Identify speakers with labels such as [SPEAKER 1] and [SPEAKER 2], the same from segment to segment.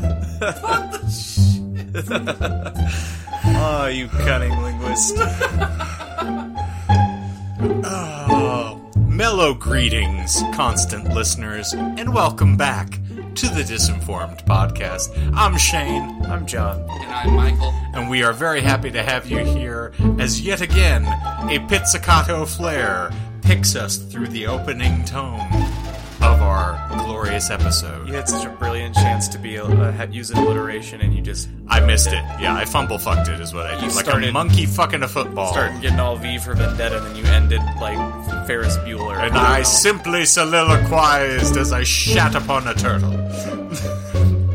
[SPEAKER 1] what the shit?
[SPEAKER 2] Oh, you cunning linguist. oh, mellow greetings, constant listeners, and welcome back to the Disinformed Podcast. I'm Shane,
[SPEAKER 1] I'm John.
[SPEAKER 3] And I'm Michael.
[SPEAKER 2] and we are very happy to have you here as yet again a pizzicato flair picks us through the opening tome of our glorious episode.
[SPEAKER 1] You had such a brilliant chance to be uh, had- use alliteration, and you just
[SPEAKER 2] I missed it. Yeah, I fumble fucked it is what I
[SPEAKER 1] You
[SPEAKER 2] did. Like a
[SPEAKER 1] started-
[SPEAKER 2] monkey fucking a football.
[SPEAKER 1] started getting all V for Vendetta, and then you ended like Ferris Bueller.
[SPEAKER 2] And
[SPEAKER 1] don't
[SPEAKER 2] I
[SPEAKER 1] know.
[SPEAKER 2] simply soliloquized as I shat upon a turtle.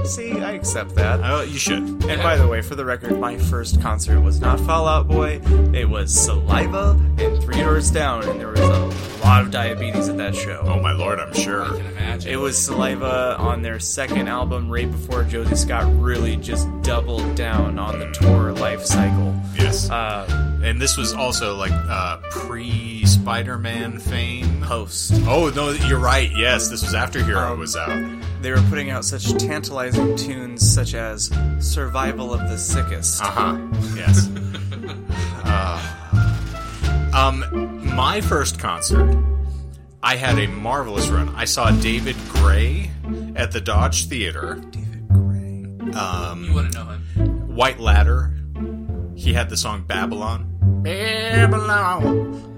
[SPEAKER 1] see, I accept that.
[SPEAKER 2] Oh, you should.
[SPEAKER 1] And by the way, for the record, my first concert was not Fallout Boy. It was Saliva and Three Doors Down, and there was a lot of diabetes at that show.
[SPEAKER 2] Oh my lord, I'm
[SPEAKER 3] I
[SPEAKER 2] sure.
[SPEAKER 3] can imagine.
[SPEAKER 1] It was Saliva on their second album, right before Josie Scott really just doubled down on the tour life cycle.
[SPEAKER 2] Yes.
[SPEAKER 1] Uh,
[SPEAKER 2] And this was also like uh, pre Spider Man fame.
[SPEAKER 1] post. Um.
[SPEAKER 2] Oh, no, you're right. Yes, this was after Hero was out.
[SPEAKER 1] They were putting out such tantalizing tunes such as Survival of the Sickest.
[SPEAKER 2] Uh huh. Yes. uh, um, my first concert, I had a marvelous run. I saw David Gray at the Dodge Theater.
[SPEAKER 1] David Gray.
[SPEAKER 2] Um,
[SPEAKER 3] You want to know him?
[SPEAKER 2] White Ladder. He had the song Babylon. Babylon.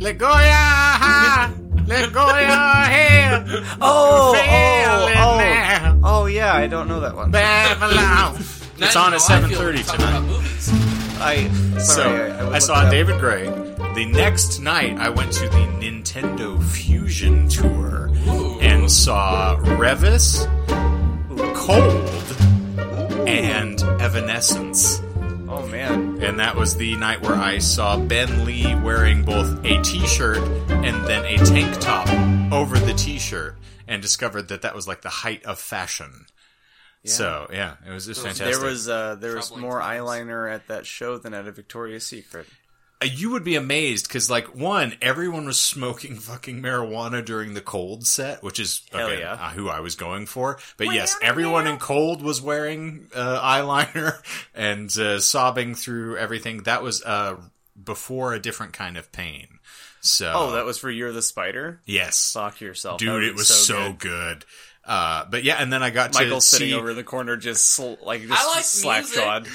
[SPEAKER 2] Let go your high. Let go your head.
[SPEAKER 1] Oh,
[SPEAKER 2] Failing
[SPEAKER 1] oh,
[SPEAKER 2] now.
[SPEAKER 1] oh, oh, yeah, I don't know that one.
[SPEAKER 2] Babylon.
[SPEAKER 3] Now
[SPEAKER 2] it's
[SPEAKER 3] you
[SPEAKER 2] on
[SPEAKER 3] know
[SPEAKER 2] at
[SPEAKER 3] how I
[SPEAKER 2] 7.30
[SPEAKER 3] feel talking
[SPEAKER 2] tonight.
[SPEAKER 3] about movies.
[SPEAKER 1] I sorry,
[SPEAKER 2] so
[SPEAKER 1] I, I
[SPEAKER 2] I,
[SPEAKER 1] would look it
[SPEAKER 2] saw
[SPEAKER 1] up.
[SPEAKER 2] David Gray. The next night, I went to the Nintendo Fusion Tour
[SPEAKER 3] Ooh.
[SPEAKER 2] and saw Revis, Cold, and Evanescence.
[SPEAKER 1] Oh man,
[SPEAKER 2] And that was the night where I saw Ben Lee wearing both a t shirt and then a tank top over the t shirt and discovered that that was like the height of fashion. So, yeah, it was just fantastic.
[SPEAKER 1] there was uh, there was
[SPEAKER 3] Troubling
[SPEAKER 1] more
[SPEAKER 3] times.
[SPEAKER 1] eyeliner at that show than at a Victoria's Secret.
[SPEAKER 2] Uh, you would be amazed because, like, one, everyone was smoking fucking marijuana during the cold set, which is
[SPEAKER 1] Hell
[SPEAKER 2] again,
[SPEAKER 1] yeah.
[SPEAKER 2] uh, who I was going for. But yes, everyone in cold was wearing uh, eyeliner and uh, sobbing through everything. That was uh, before a different kind of pain. So,
[SPEAKER 1] Oh, that was for Year of the Spider.
[SPEAKER 2] yes,
[SPEAKER 1] Sock yourself, That
[SPEAKER 2] dude,
[SPEAKER 1] would've
[SPEAKER 2] it
[SPEAKER 1] been
[SPEAKER 2] was so,
[SPEAKER 1] good.
[SPEAKER 2] good. Uh, but yeah, and then I got
[SPEAKER 1] Michael
[SPEAKER 2] to
[SPEAKER 1] sitting
[SPEAKER 2] see.
[SPEAKER 1] over in the corner, just sl- like just Uh,
[SPEAKER 3] I like
[SPEAKER 1] slack
[SPEAKER 3] music.
[SPEAKER 1] jawed.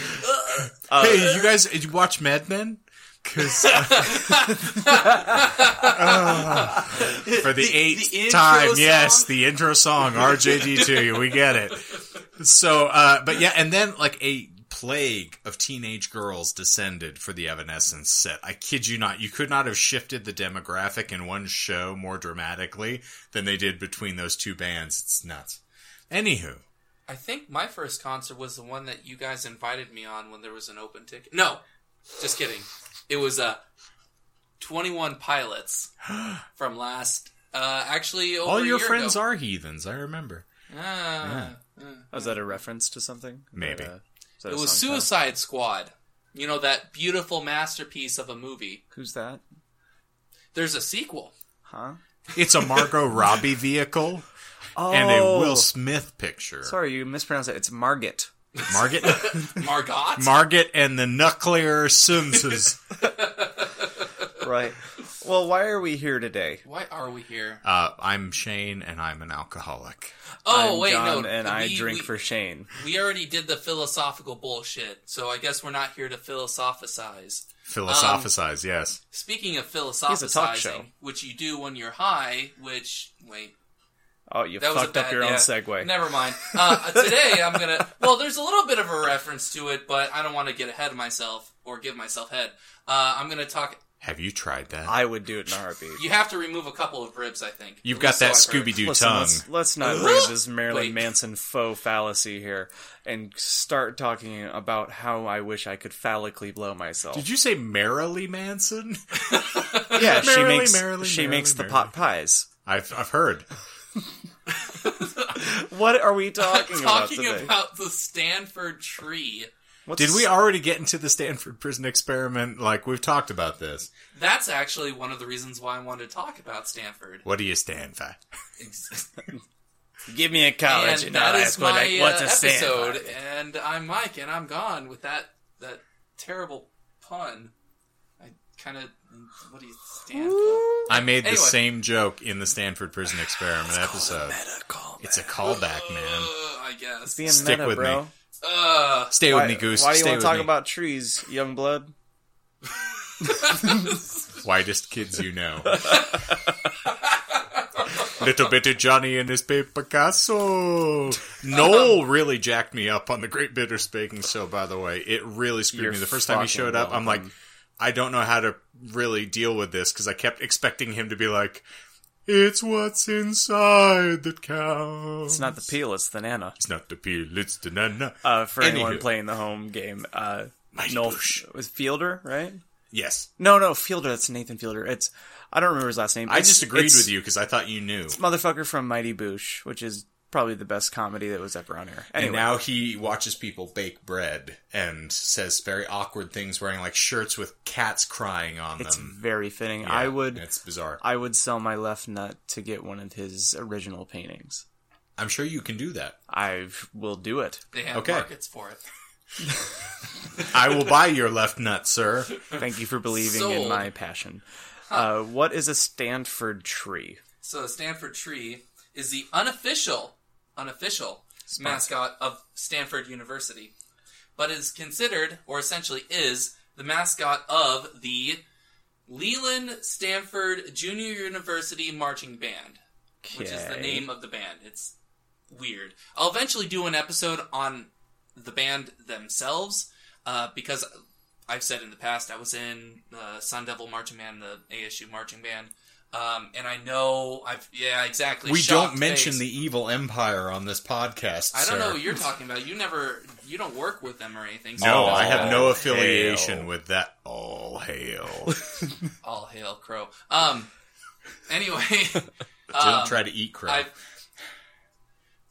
[SPEAKER 2] hey, you guys, did you watch Mad Men? 'Cause, uh, uh, for the, eighth
[SPEAKER 3] the intro
[SPEAKER 2] time, yes,
[SPEAKER 3] song?
[SPEAKER 2] the intro song RJD2, we get it. So, uh, but yeah, and then like a plague of teenage girls descended for the Evanescence set. I kid you not, you could not have shifted the demographic in one show more dramatically than they did between those two bands. It's nuts. Anywho,
[SPEAKER 3] I think my first concert was the one that you guys invited me on when there was an open ticket. No, just kidding. It was uh, 21 Pilots from last. Uh, actually, over
[SPEAKER 2] all
[SPEAKER 3] a
[SPEAKER 2] your
[SPEAKER 3] year
[SPEAKER 2] friends
[SPEAKER 3] ago.
[SPEAKER 2] are heathens. I remember.
[SPEAKER 3] Ah,
[SPEAKER 1] Was that a reference to something?
[SPEAKER 2] Maybe.
[SPEAKER 1] Or, uh, is that a
[SPEAKER 3] It was
[SPEAKER 1] song title?
[SPEAKER 3] Suicide Squad. You know that beautiful masterpiece of a movie.
[SPEAKER 1] Who's that?
[SPEAKER 3] There's a sequel.
[SPEAKER 1] Huh?
[SPEAKER 2] It's a Margot Robbie vehicle.
[SPEAKER 1] Oh,
[SPEAKER 2] and a Will Smith picture.
[SPEAKER 1] Sorry, you mispronounced it. It's Margit.
[SPEAKER 2] Margaret,
[SPEAKER 3] Margot.
[SPEAKER 2] Margaret and the nuclear senses.
[SPEAKER 1] Right. Well, why are we here today?
[SPEAKER 3] Why are we here?
[SPEAKER 2] Uh, I'm Shane, and I'm an alcoholic.
[SPEAKER 3] Oh
[SPEAKER 1] I'm
[SPEAKER 3] wait,
[SPEAKER 1] John
[SPEAKER 3] no.
[SPEAKER 1] and I
[SPEAKER 3] we-
[SPEAKER 1] drink
[SPEAKER 3] we-
[SPEAKER 1] for Shane.
[SPEAKER 3] We already did the philosophical bullshit, so I guess we're not here to philosophize.
[SPEAKER 1] Um,
[SPEAKER 2] Philosophicize, yes.
[SPEAKER 3] Speaking of
[SPEAKER 1] a talk show.
[SPEAKER 3] philosophizing, which you do when you're high, which wait,
[SPEAKER 1] Oh, you
[SPEAKER 3] that was a
[SPEAKER 1] fucked up
[SPEAKER 3] bad-
[SPEAKER 1] your own
[SPEAKER 3] yeah,
[SPEAKER 1] segue.
[SPEAKER 3] Never mind. Uh, today I'm gonna. Well, there's a little bit of a reference to it, but I don't want to get ahead of myself or give myself head. Uh, I'm gonna talk.
[SPEAKER 2] Have you tried that?
[SPEAKER 1] I would do it in a heartbeat.
[SPEAKER 3] You have to remove a couple of ribs, I think.
[SPEAKER 2] You've
[SPEAKER 3] At
[SPEAKER 2] got
[SPEAKER 3] least so
[SPEAKER 2] that
[SPEAKER 3] I've heard.
[SPEAKER 2] Scooby Doo
[SPEAKER 1] Listen,
[SPEAKER 2] tongue.
[SPEAKER 1] let's, let's not raise this Marilyn
[SPEAKER 3] Wait.
[SPEAKER 1] Manson faux fallacy here and start talking about how I wish I could phallically blow myself.
[SPEAKER 2] Did you say Merrily Manson?
[SPEAKER 1] yeah, she
[SPEAKER 2] Merrily,
[SPEAKER 1] makes
[SPEAKER 2] merrily,
[SPEAKER 1] she
[SPEAKER 2] merrily,
[SPEAKER 1] makes the
[SPEAKER 2] merrily.
[SPEAKER 1] pot pies.
[SPEAKER 2] I've, I've heard.
[SPEAKER 1] What are we talking, about
[SPEAKER 3] Talking
[SPEAKER 1] today?
[SPEAKER 3] about the Stanford tree.
[SPEAKER 1] What's-
[SPEAKER 2] Did we already get into the Stanford prison experiment? Like, we've talked about this.
[SPEAKER 3] That's actually one of the reasons why I wanted to talk about Stanford.
[SPEAKER 2] What do you stand for?
[SPEAKER 3] Ex-
[SPEAKER 1] Give me a college and,
[SPEAKER 3] and
[SPEAKER 1] I'll
[SPEAKER 3] that is
[SPEAKER 1] ask what
[SPEAKER 3] my
[SPEAKER 1] I,
[SPEAKER 3] uh,
[SPEAKER 1] what's a
[SPEAKER 3] episode.
[SPEAKER 1] sandlot.
[SPEAKER 3] And I'm Mike, and I'm gone with that that terrible pun. I kind of what do you stand for?
[SPEAKER 2] I made the
[SPEAKER 3] Anyway.
[SPEAKER 2] same joke in the Stanford Prison Experiment episode.
[SPEAKER 1] Medical.
[SPEAKER 2] It's a callback,
[SPEAKER 3] Uh,
[SPEAKER 2] man.
[SPEAKER 3] I guess.
[SPEAKER 1] Being
[SPEAKER 2] Stick
[SPEAKER 1] meta,
[SPEAKER 2] with me.
[SPEAKER 1] bro.
[SPEAKER 3] Uh,
[SPEAKER 2] Stay
[SPEAKER 1] Why,
[SPEAKER 2] with me, Goose.
[SPEAKER 1] why do you
[SPEAKER 2] Stay
[SPEAKER 1] wanna
[SPEAKER 2] with
[SPEAKER 1] talk
[SPEAKER 2] me.
[SPEAKER 1] about trees, young blood?
[SPEAKER 2] Whitest kids you know. Little bit of Johnny and his paper castle. Noel really jacked me up on the Great Bitter Baking Show, by the way. It really screwed
[SPEAKER 1] You're
[SPEAKER 2] me. The first time he
[SPEAKER 1] fucking
[SPEAKER 2] showed up, I'm like,
[SPEAKER 1] welcome.
[SPEAKER 2] I don't know how to really deal with this because I kept expecting him to be like, it's what's inside that counts.
[SPEAKER 1] It's not the peel, it's the nana.
[SPEAKER 2] It's not the peel, it's the nana.
[SPEAKER 1] Uh, for anyone
[SPEAKER 2] Anywho.
[SPEAKER 1] playing the home game, uh,
[SPEAKER 2] Mighty
[SPEAKER 1] Noel
[SPEAKER 2] Bush.
[SPEAKER 1] was Fielder, right?
[SPEAKER 2] Yes.
[SPEAKER 1] No, no, Fielder. That's Nathan Fielder. It's I don't remember his last name.
[SPEAKER 2] I
[SPEAKER 1] It's-
[SPEAKER 2] just agreed
[SPEAKER 1] it's
[SPEAKER 2] with you because I thought you knew.
[SPEAKER 1] motherfucker from Mighty Boosh, which is probably the best comedy that was ever on air. Anyway,
[SPEAKER 2] And now he watches people bake bread and says very awkward things wearing like shirts with cats crying on
[SPEAKER 1] it's
[SPEAKER 2] them.
[SPEAKER 1] very fitting.
[SPEAKER 2] um, Yeah,
[SPEAKER 1] I would,
[SPEAKER 2] It's bizarre.
[SPEAKER 1] I would sell my left nut to get one of his original paintings.
[SPEAKER 2] I'm sure you can do that.
[SPEAKER 1] I will do it.
[SPEAKER 3] they have
[SPEAKER 2] Okay.
[SPEAKER 3] markets for it.
[SPEAKER 2] I will buy your left nut, sir.
[SPEAKER 1] Thank you for believing in
[SPEAKER 3] Sold.
[SPEAKER 1] my passion. Uh, what is a Stanford tree?
[SPEAKER 3] So the Stanford tree is the unofficial, unofficial mascot of Stanford University, but is considered, or essentially is, the mascot of the Leland Stanford Junior University Marching Band, which is the
[SPEAKER 1] Okay.
[SPEAKER 3] name of the band. It's weird. I'll eventually do an episode on the band themselves uh, because I've said in the past I was in the Sun Devil Marching Band, the ASU Marching Band, um, and I know I've yeah exactly.
[SPEAKER 2] We
[SPEAKER 3] shocked
[SPEAKER 2] don't mention
[SPEAKER 3] face.
[SPEAKER 2] the evil empire on this podcast.
[SPEAKER 3] I don't know
[SPEAKER 2] sir.
[SPEAKER 3] what you're talking about. You never you don't work with them or anything. so
[SPEAKER 2] No,
[SPEAKER 3] that's
[SPEAKER 2] I have no
[SPEAKER 3] all-
[SPEAKER 2] affiliation
[SPEAKER 1] hail.
[SPEAKER 2] with that. All hail.
[SPEAKER 3] all hail crow. Um. Anyway,
[SPEAKER 2] Don't
[SPEAKER 3] um,
[SPEAKER 2] try to eat crow.
[SPEAKER 3] I've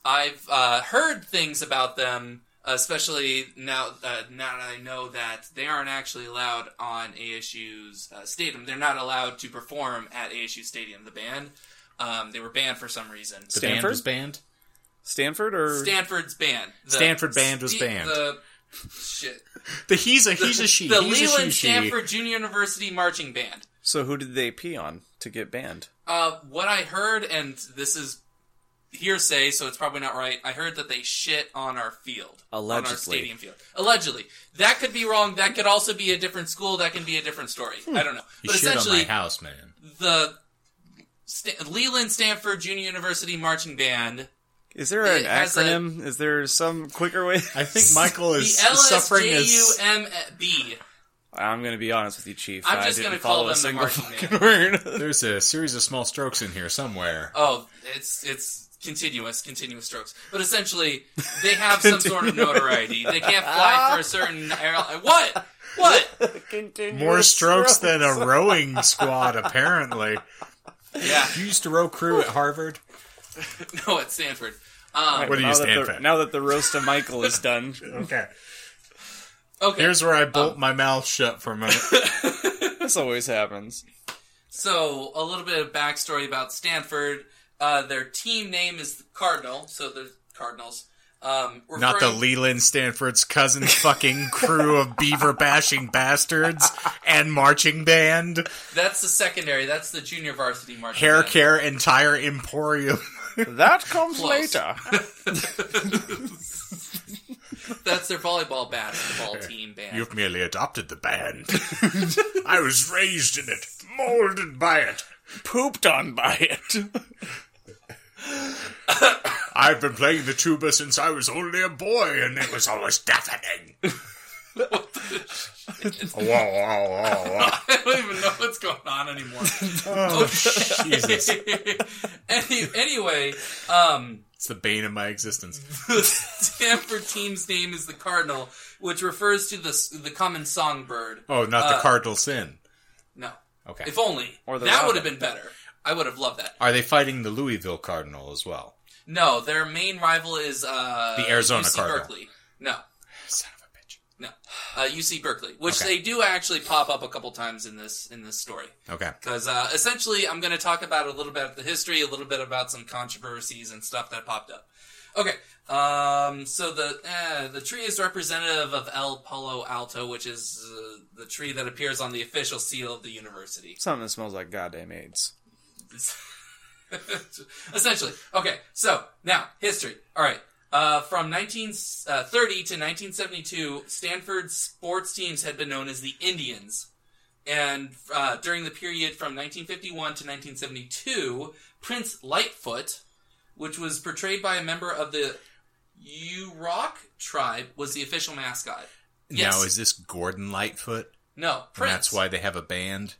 [SPEAKER 3] I've uh, heard things about them, especially now. Uh, now that I know that they aren't actually allowed on ASU's uh, stadium. They're not allowed to perform at ASU Stadium. The band, um, they were banned for some reason.
[SPEAKER 2] The band
[SPEAKER 1] Stanford?
[SPEAKER 2] was banned.
[SPEAKER 1] Stanford or
[SPEAKER 3] Stanford's band. The
[SPEAKER 2] Stanford band was
[SPEAKER 3] Ste-
[SPEAKER 2] banned.
[SPEAKER 3] The, shit.
[SPEAKER 2] The he's a he's a she.
[SPEAKER 3] The
[SPEAKER 2] he's a she,
[SPEAKER 3] Leland
[SPEAKER 2] she.
[SPEAKER 3] Stanford Junior University marching band.
[SPEAKER 1] so? Who did they pee on to get banned?
[SPEAKER 3] Uh, what I heard, and this is hearsay, so it's probably not right. I heard that they shit on our field, on our
[SPEAKER 1] Allegedly.
[SPEAKER 3] stadium field. Allegedly, that could be wrong. That could also be a different school. That can be a different story. I don't know.
[SPEAKER 2] Hmm. You
[SPEAKER 3] but
[SPEAKER 2] shit on my
[SPEAKER 3] essentially,
[SPEAKER 2] house, man.
[SPEAKER 3] the Sta Leland Stanford Junior University marching band,
[SPEAKER 1] Is there an
[SPEAKER 3] It has a-
[SPEAKER 1] acronym? Is there some quicker way?
[SPEAKER 2] I think Michael
[SPEAKER 3] the
[SPEAKER 2] is suffering as
[SPEAKER 3] LSJUMB.
[SPEAKER 1] I'm going to be honest with you, Chief.
[SPEAKER 3] I'm
[SPEAKER 1] I
[SPEAKER 3] just
[SPEAKER 1] didn't
[SPEAKER 3] gonna
[SPEAKER 1] follow
[SPEAKER 3] call
[SPEAKER 1] a
[SPEAKER 3] them the
[SPEAKER 1] single
[SPEAKER 3] marching
[SPEAKER 1] fucking word.
[SPEAKER 2] There's a series of small strokes in here somewhere.
[SPEAKER 3] Oh, it's it's continuous, continuous strokes. But essentially, they have some sort of notoriety. They can't fly for a certain airline. What? What?
[SPEAKER 2] More strokes than uh, a rowing squad, apparently.
[SPEAKER 3] Yeah,
[SPEAKER 2] You used to row crew at Harvard?
[SPEAKER 3] no, at Oh, Stanford. Um,
[SPEAKER 2] What do you
[SPEAKER 1] now
[SPEAKER 2] stand
[SPEAKER 1] that the,
[SPEAKER 2] for?
[SPEAKER 1] Now that the roast of Michael is done,
[SPEAKER 2] Okay.
[SPEAKER 3] okay,
[SPEAKER 2] Here's where I bolt my mouth shut for a minute.
[SPEAKER 1] this always happens.
[SPEAKER 3] so a little bit of backstory about Stanford. Uh, their team name is the Cardinal, so the Cardinals. Um,
[SPEAKER 2] Not the
[SPEAKER 3] referring-
[SPEAKER 2] Leland Stanford's cousin fucking crew of beaver bashing bastards and marching band,
[SPEAKER 3] That's the secondary. That's the junior varsity marching.
[SPEAKER 2] hair
[SPEAKER 3] band.
[SPEAKER 2] care entire emporium.
[SPEAKER 1] That comes
[SPEAKER 3] Close.
[SPEAKER 1] later.
[SPEAKER 3] That's their volleyball basketball team band.
[SPEAKER 2] You've merely adopted the band. I was raised in it, molded by it.
[SPEAKER 1] Pooped on by it.
[SPEAKER 2] I've been playing the tuba since I was only a boy, and it was always deafening. Oh, Wow, wow, wow,
[SPEAKER 3] I don't even know what's going on anymore. Oh,
[SPEAKER 2] wow. Jesus.
[SPEAKER 3] Any, anyway, um,
[SPEAKER 2] It's the bane of my existence.
[SPEAKER 3] the Stanford team's name is the Cardinal, which refers to the s- the common songbird.
[SPEAKER 2] Oh, not the cardinal sin.
[SPEAKER 3] No,
[SPEAKER 2] Okay.
[SPEAKER 3] Uh, if only
[SPEAKER 1] Or the
[SPEAKER 3] that would have
[SPEAKER 1] robin.
[SPEAKER 3] been better. I would have loved that.
[SPEAKER 2] Are they fighting the Louisville Cardinal as well?
[SPEAKER 3] No, their main rival is uh,
[SPEAKER 2] The Arizona
[SPEAKER 3] UC
[SPEAKER 2] Cardinal.
[SPEAKER 3] Berkeley. No,
[SPEAKER 2] Son of a bitch.
[SPEAKER 3] no. uh, UC Berkeley, which
[SPEAKER 2] Okay.
[SPEAKER 3] they do actually pop up a couple times in this in this story.
[SPEAKER 2] Okay.
[SPEAKER 3] Because uh, essentially, I'm going to talk about a little bit of the history, a little bit about some controversies and stuff that popped up. Okay, um, so the eh, the tree is representative of El Palo Alto, which is uh, the tree that appears on the official seal of the university.
[SPEAKER 1] Something that smells like goddamn AIDS.
[SPEAKER 3] Essentially. Okay, so now history. All right. Uh, from 1930 to 1972, Stanford sports teams had been known as the Indians. And uh, during the period from 1951 to 1972, Prince Lightfoot, which was portrayed by a member of the Yurok tribe, was the official mascot. Yes.
[SPEAKER 2] Now is this Gordon Lightfoot?
[SPEAKER 3] No,
[SPEAKER 2] And
[SPEAKER 3] Prince.
[SPEAKER 2] that's why they have a band.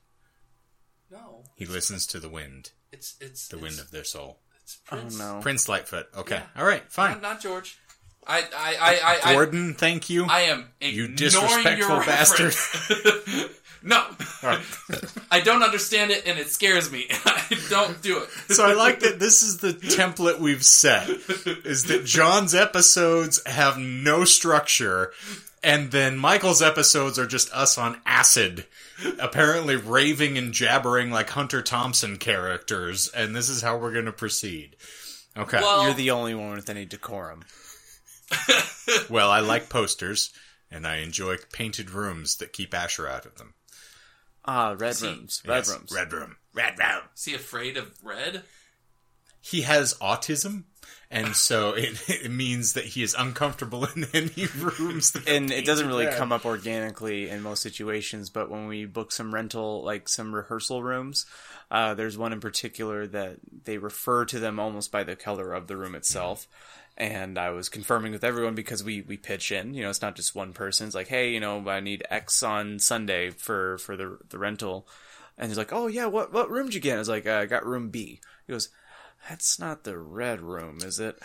[SPEAKER 3] No,
[SPEAKER 2] He listens to the wind,
[SPEAKER 3] it's it's
[SPEAKER 2] the
[SPEAKER 3] it's,
[SPEAKER 2] wind of their soul.
[SPEAKER 3] it's Prince.
[SPEAKER 1] Oh no.
[SPEAKER 2] Prince Lightfoot. Okay.
[SPEAKER 3] Yeah.
[SPEAKER 2] All right.
[SPEAKER 3] Not,
[SPEAKER 2] Fine.
[SPEAKER 3] not George. I I I I, I
[SPEAKER 2] Gordon, thank you.
[SPEAKER 3] I am
[SPEAKER 2] You
[SPEAKER 3] ignoring
[SPEAKER 2] disrespectful
[SPEAKER 3] your bastard. no,
[SPEAKER 2] All right.
[SPEAKER 3] I don't understand it, and it scares me. I don't do it.
[SPEAKER 2] So I like that this is the template we've set is that John's episodes have no structure and then Michael's episodes are just us on acid apparently raving and jabbering like Hunter Thompson characters and this is how we're going to proceed. Okay. Well,
[SPEAKER 3] Well,
[SPEAKER 1] You're the only one with any decorum.
[SPEAKER 2] I like posters and I enjoy painted rooms that keep Asher out of them.
[SPEAKER 1] Ah, red
[SPEAKER 3] See,
[SPEAKER 1] rooms. Red
[SPEAKER 2] Yes,
[SPEAKER 1] rooms.
[SPEAKER 2] Red room. Red room.
[SPEAKER 3] is he afraid of red?
[SPEAKER 2] he has autism, and so it, it means that he is uncomfortable in any rooms. That
[SPEAKER 1] And it doesn't really
[SPEAKER 2] Red.
[SPEAKER 1] come up organically in most situations, but when we book some rental, like some rehearsal rooms, uh, there's one in particular that they refer to them almost by the color of the room itself. And I was confirming with everyone because we, we pitch in, you know, it's not just one person. It's like, hey, you know, I need X on Sunday for, for the, the rental. And he's like, oh, yeah, what, what room did you get? I was like, uh, I got room B. He goes, that's not the red room, is it?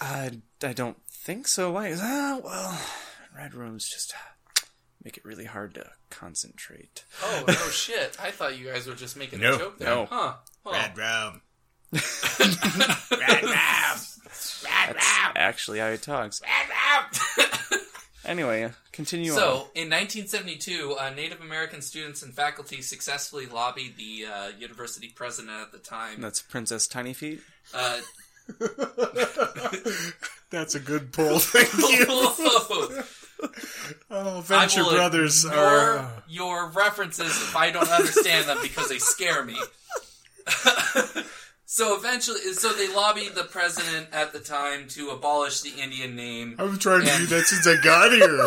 [SPEAKER 1] I, I don't think so. Why? is- Ah, well, red rooms just make it really hard to concentrate.
[SPEAKER 3] Oh no, shit! I thought you guys were just making
[SPEAKER 2] No,
[SPEAKER 3] a joke.
[SPEAKER 1] no.
[SPEAKER 3] there. huh? Huh.
[SPEAKER 2] Red room. Red room. Red
[SPEAKER 1] That's
[SPEAKER 2] room.
[SPEAKER 1] actually how he talks. Anyway, continue
[SPEAKER 3] So,
[SPEAKER 1] on.
[SPEAKER 3] in 1972, uh, Native American students and faculty successfully lobbied the uh, university president at the time.
[SPEAKER 1] That's Princess Tiny Feet.
[SPEAKER 3] Uh,
[SPEAKER 2] That's a good pull. Thank you. Oh, Venture
[SPEAKER 3] I will
[SPEAKER 2] Brothers
[SPEAKER 3] ignore
[SPEAKER 2] are. uh,
[SPEAKER 3] your references if I don't understand them because they scare me. so eventually, so they lobbied the president at the time to abolish the Indian name.
[SPEAKER 2] I've been trying to
[SPEAKER 3] Yeah.
[SPEAKER 2] do that since I got here.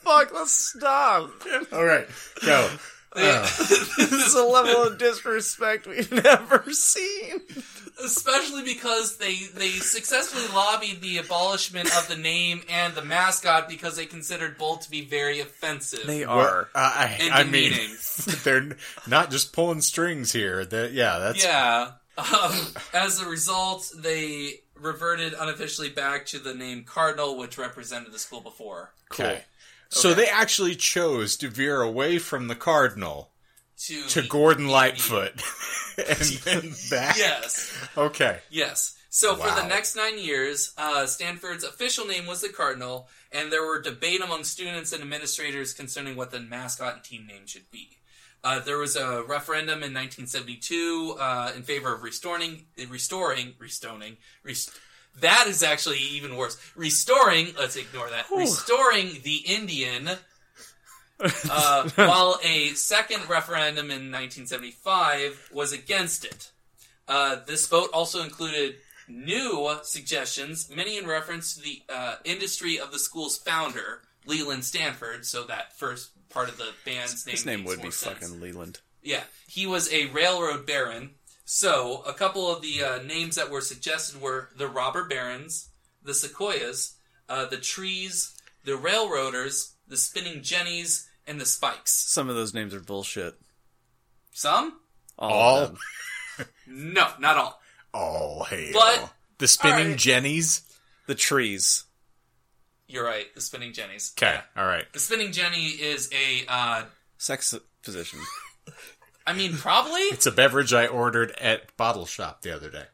[SPEAKER 1] Fuck, let's stop.
[SPEAKER 2] All right, go.
[SPEAKER 1] This is a level of disrespect we've never seen.
[SPEAKER 3] Especially because they they successfully lobbied the abolishment of the name and the mascot because they considered both to be very offensive.
[SPEAKER 1] They
[SPEAKER 2] Well,
[SPEAKER 1] are.
[SPEAKER 2] I,
[SPEAKER 3] and
[SPEAKER 2] I mean,
[SPEAKER 3] demeaning.
[SPEAKER 2] they're not just pulling strings here. That yeah, that's
[SPEAKER 3] Yeah. Um, as a result, they reverted unofficially back to the name Cardinal, which represented the school before,
[SPEAKER 2] cool. So they actually chose to veer away from the cardinal
[SPEAKER 3] to,
[SPEAKER 2] to Gordon Lightfoot and then back.
[SPEAKER 3] Yes,
[SPEAKER 2] Okay.
[SPEAKER 3] yes. So for
[SPEAKER 2] Wow.
[SPEAKER 3] the next nine years, uh, Stanford's official name was the Cardinal, and there were debate among students and administrators concerning what the mascot and team name should be. Uh, there was a referendum in 1972 uh, in favor of restoring, restoring, restoring, rest- that is actually even worse. Restoring, let's ignore that. Restoring the Indian. Uh, while a second referendum in 1975 was against it. Uh, this vote also included new suggestions, many in reference to the uh, industry of the school's founder, Leland Stanford. So that first part of the band's name.
[SPEAKER 1] His name
[SPEAKER 3] makes
[SPEAKER 1] would
[SPEAKER 3] more
[SPEAKER 1] be
[SPEAKER 3] sense.
[SPEAKER 1] fucking Leland.
[SPEAKER 3] Yeah, he was a railroad baron. So a couple of the uh, names that were suggested were the robber barons, the sequoias, uh, the trees, the railroaders, the spinning jennies, and the spikes.
[SPEAKER 1] Some of those names are bullshit.
[SPEAKER 3] Some?
[SPEAKER 1] All,
[SPEAKER 2] All,
[SPEAKER 1] Of them.
[SPEAKER 3] No, not all.
[SPEAKER 2] all hail.
[SPEAKER 3] But-
[SPEAKER 2] the spinning
[SPEAKER 3] alright.
[SPEAKER 2] jennies.
[SPEAKER 1] The trees.
[SPEAKER 3] You're right. The spinning jennies.
[SPEAKER 2] Okay. All right.
[SPEAKER 3] The spinning jenny is a. Uh,
[SPEAKER 1] Sex position.
[SPEAKER 3] I mean, probably
[SPEAKER 2] It's a beverage I ordered at Bottle Shop the other day.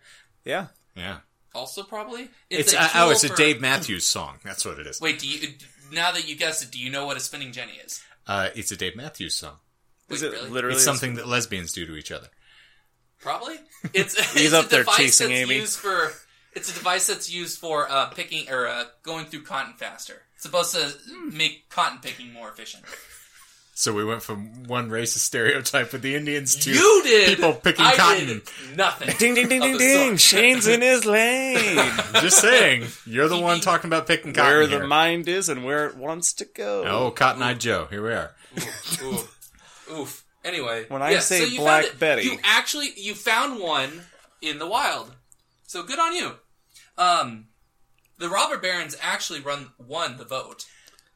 [SPEAKER 1] Yeah.
[SPEAKER 2] Yeah.
[SPEAKER 3] also probably.
[SPEAKER 2] It's,
[SPEAKER 3] a
[SPEAKER 2] uh, oh,
[SPEAKER 3] tool
[SPEAKER 2] it's a
[SPEAKER 3] for-
[SPEAKER 2] Dave Matthews song. That's what it is.
[SPEAKER 3] Wait, do you now that you guessed it, do you know what a spinning jenny is?
[SPEAKER 2] Uh, it's a Dave Matthews song.
[SPEAKER 1] Is
[SPEAKER 3] Wait,
[SPEAKER 1] it
[SPEAKER 3] really?
[SPEAKER 1] literally
[SPEAKER 2] it's something that lesbians do to each other.
[SPEAKER 3] Probably. It's, it's
[SPEAKER 1] He's
[SPEAKER 3] a
[SPEAKER 1] up there
[SPEAKER 3] device
[SPEAKER 1] chasing
[SPEAKER 3] that's
[SPEAKER 1] Amy.
[SPEAKER 3] used for. It's a device that's used for uh, picking or uh, going through cotton faster. It's supposed to mm, make cotton picking more efficient.
[SPEAKER 2] So we went from one racist stereotype with the Indians to
[SPEAKER 3] you did
[SPEAKER 2] people picking
[SPEAKER 3] I
[SPEAKER 2] cotton.
[SPEAKER 3] Did nothing.
[SPEAKER 1] ding ding ding
[SPEAKER 3] of
[SPEAKER 1] ding
[SPEAKER 3] the
[SPEAKER 1] ding?
[SPEAKER 3] song.
[SPEAKER 1] Shane's in his lane.
[SPEAKER 2] Just saying, you're the one
[SPEAKER 3] TV.
[SPEAKER 2] talking about picking cotton.
[SPEAKER 1] where
[SPEAKER 2] here.
[SPEAKER 1] the mind is and where it wants to go.
[SPEAKER 2] oh, Cotton Eye Joe. Here we are.
[SPEAKER 3] Oof. Oof. Anyway,
[SPEAKER 1] When I
[SPEAKER 3] yeah,
[SPEAKER 1] say
[SPEAKER 3] so you found
[SPEAKER 1] Black
[SPEAKER 3] it.
[SPEAKER 1] Betty-
[SPEAKER 3] you actually you found one in the wild. So good on you. Um, the robber barons actually run won the vote,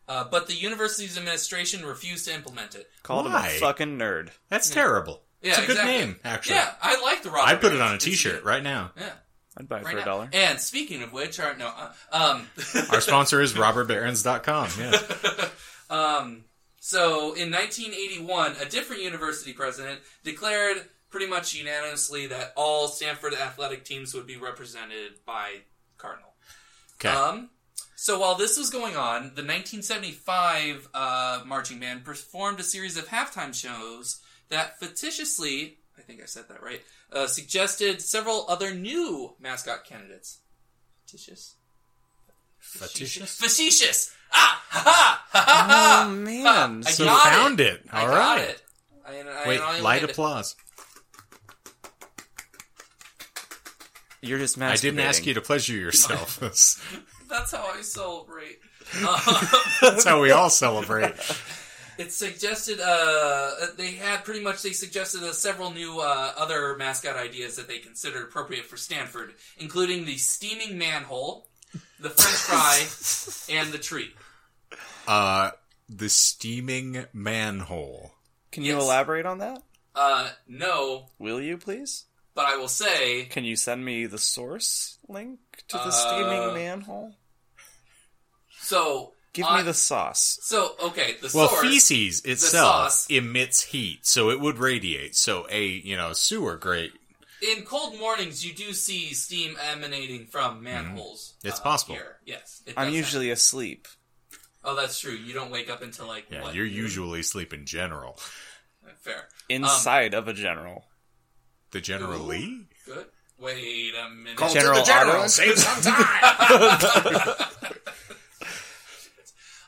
[SPEAKER 3] uh, but the university's administration refused to implement it.
[SPEAKER 1] called him
[SPEAKER 2] Why?
[SPEAKER 1] a fucking nerd.
[SPEAKER 2] That's terrible.
[SPEAKER 3] Yeah,
[SPEAKER 2] it's a good
[SPEAKER 3] exactly.
[SPEAKER 2] name, actually.
[SPEAKER 3] Yeah, I like the robber.
[SPEAKER 2] I'd put it on a
[SPEAKER 3] barons. It's
[SPEAKER 2] T-shirt
[SPEAKER 3] good.
[SPEAKER 2] right now.
[SPEAKER 3] Yeah,
[SPEAKER 1] I'd buy it
[SPEAKER 3] right
[SPEAKER 1] for a
[SPEAKER 3] now.
[SPEAKER 1] dollar.
[SPEAKER 3] And speaking of which, are, no, uh, um,
[SPEAKER 2] Our sponsor is RobertBarons.com. Yeah.
[SPEAKER 3] Um, so in 1981, a different university president declared pretty much unanimously that all Stanford athletic teams would be represented by Cardinal.
[SPEAKER 2] Okay.
[SPEAKER 3] Um, so while this was going on, the 1975 uh, marching band performed a series of halftime shows that fictitiously, I think I said that right, uh, suggested several other new mascot candidates. Fictitious?
[SPEAKER 2] Fictitious?
[SPEAKER 3] Facetious! Ah! Ha ha! Ha ha ha!
[SPEAKER 1] oh man!
[SPEAKER 3] I
[SPEAKER 2] So
[SPEAKER 3] got it.
[SPEAKER 2] found it. All
[SPEAKER 3] I
[SPEAKER 2] right.
[SPEAKER 3] got it. I, I, I
[SPEAKER 2] Wait, light
[SPEAKER 3] did it.
[SPEAKER 2] applause.
[SPEAKER 1] You're just masturbating.
[SPEAKER 2] I didn't ask you to pleasure yourself. That's
[SPEAKER 3] That's how I celebrate. Uh,
[SPEAKER 2] that's how we all celebrate.
[SPEAKER 3] it suggested uh, they had pretty much they suggested uh, several new uh, other mascot ideas that they considered appropriate for Stanford, including the steaming manhole, the French fry, and the tree.
[SPEAKER 2] Uh, the steaming manhole.
[SPEAKER 1] Can you
[SPEAKER 3] Yes.
[SPEAKER 1] elaborate on that?
[SPEAKER 3] Uh, no,
[SPEAKER 1] Will you please?
[SPEAKER 3] but I will say
[SPEAKER 1] Can you send me the source link to the
[SPEAKER 3] Uh,
[SPEAKER 1] steaming manhole?
[SPEAKER 3] so.
[SPEAKER 1] Give
[SPEAKER 3] on-
[SPEAKER 1] me the sauce.
[SPEAKER 3] So okay, the
[SPEAKER 2] Well,
[SPEAKER 3] source.
[SPEAKER 2] feces itself
[SPEAKER 3] sauce.
[SPEAKER 2] emits heat, so it would radiate. So a you know sewer grate.
[SPEAKER 3] In cold mornings, you do see steam emanating from manholes.
[SPEAKER 2] Mm-hmm. It's
[SPEAKER 3] uh,
[SPEAKER 2] possible.
[SPEAKER 3] Here. Yes, it
[SPEAKER 1] I'm
[SPEAKER 3] does happen.
[SPEAKER 1] usually asleep.
[SPEAKER 3] Oh, that's true. You don't wake up until like
[SPEAKER 2] Yeah,
[SPEAKER 3] what? Uh,
[SPEAKER 2] you're usually asleep in general.
[SPEAKER 3] fair.
[SPEAKER 1] Inside of a general.
[SPEAKER 2] The general Lee.
[SPEAKER 3] Good. Wait a minute. Um,
[SPEAKER 1] to General the general, Otto?
[SPEAKER 2] save some time.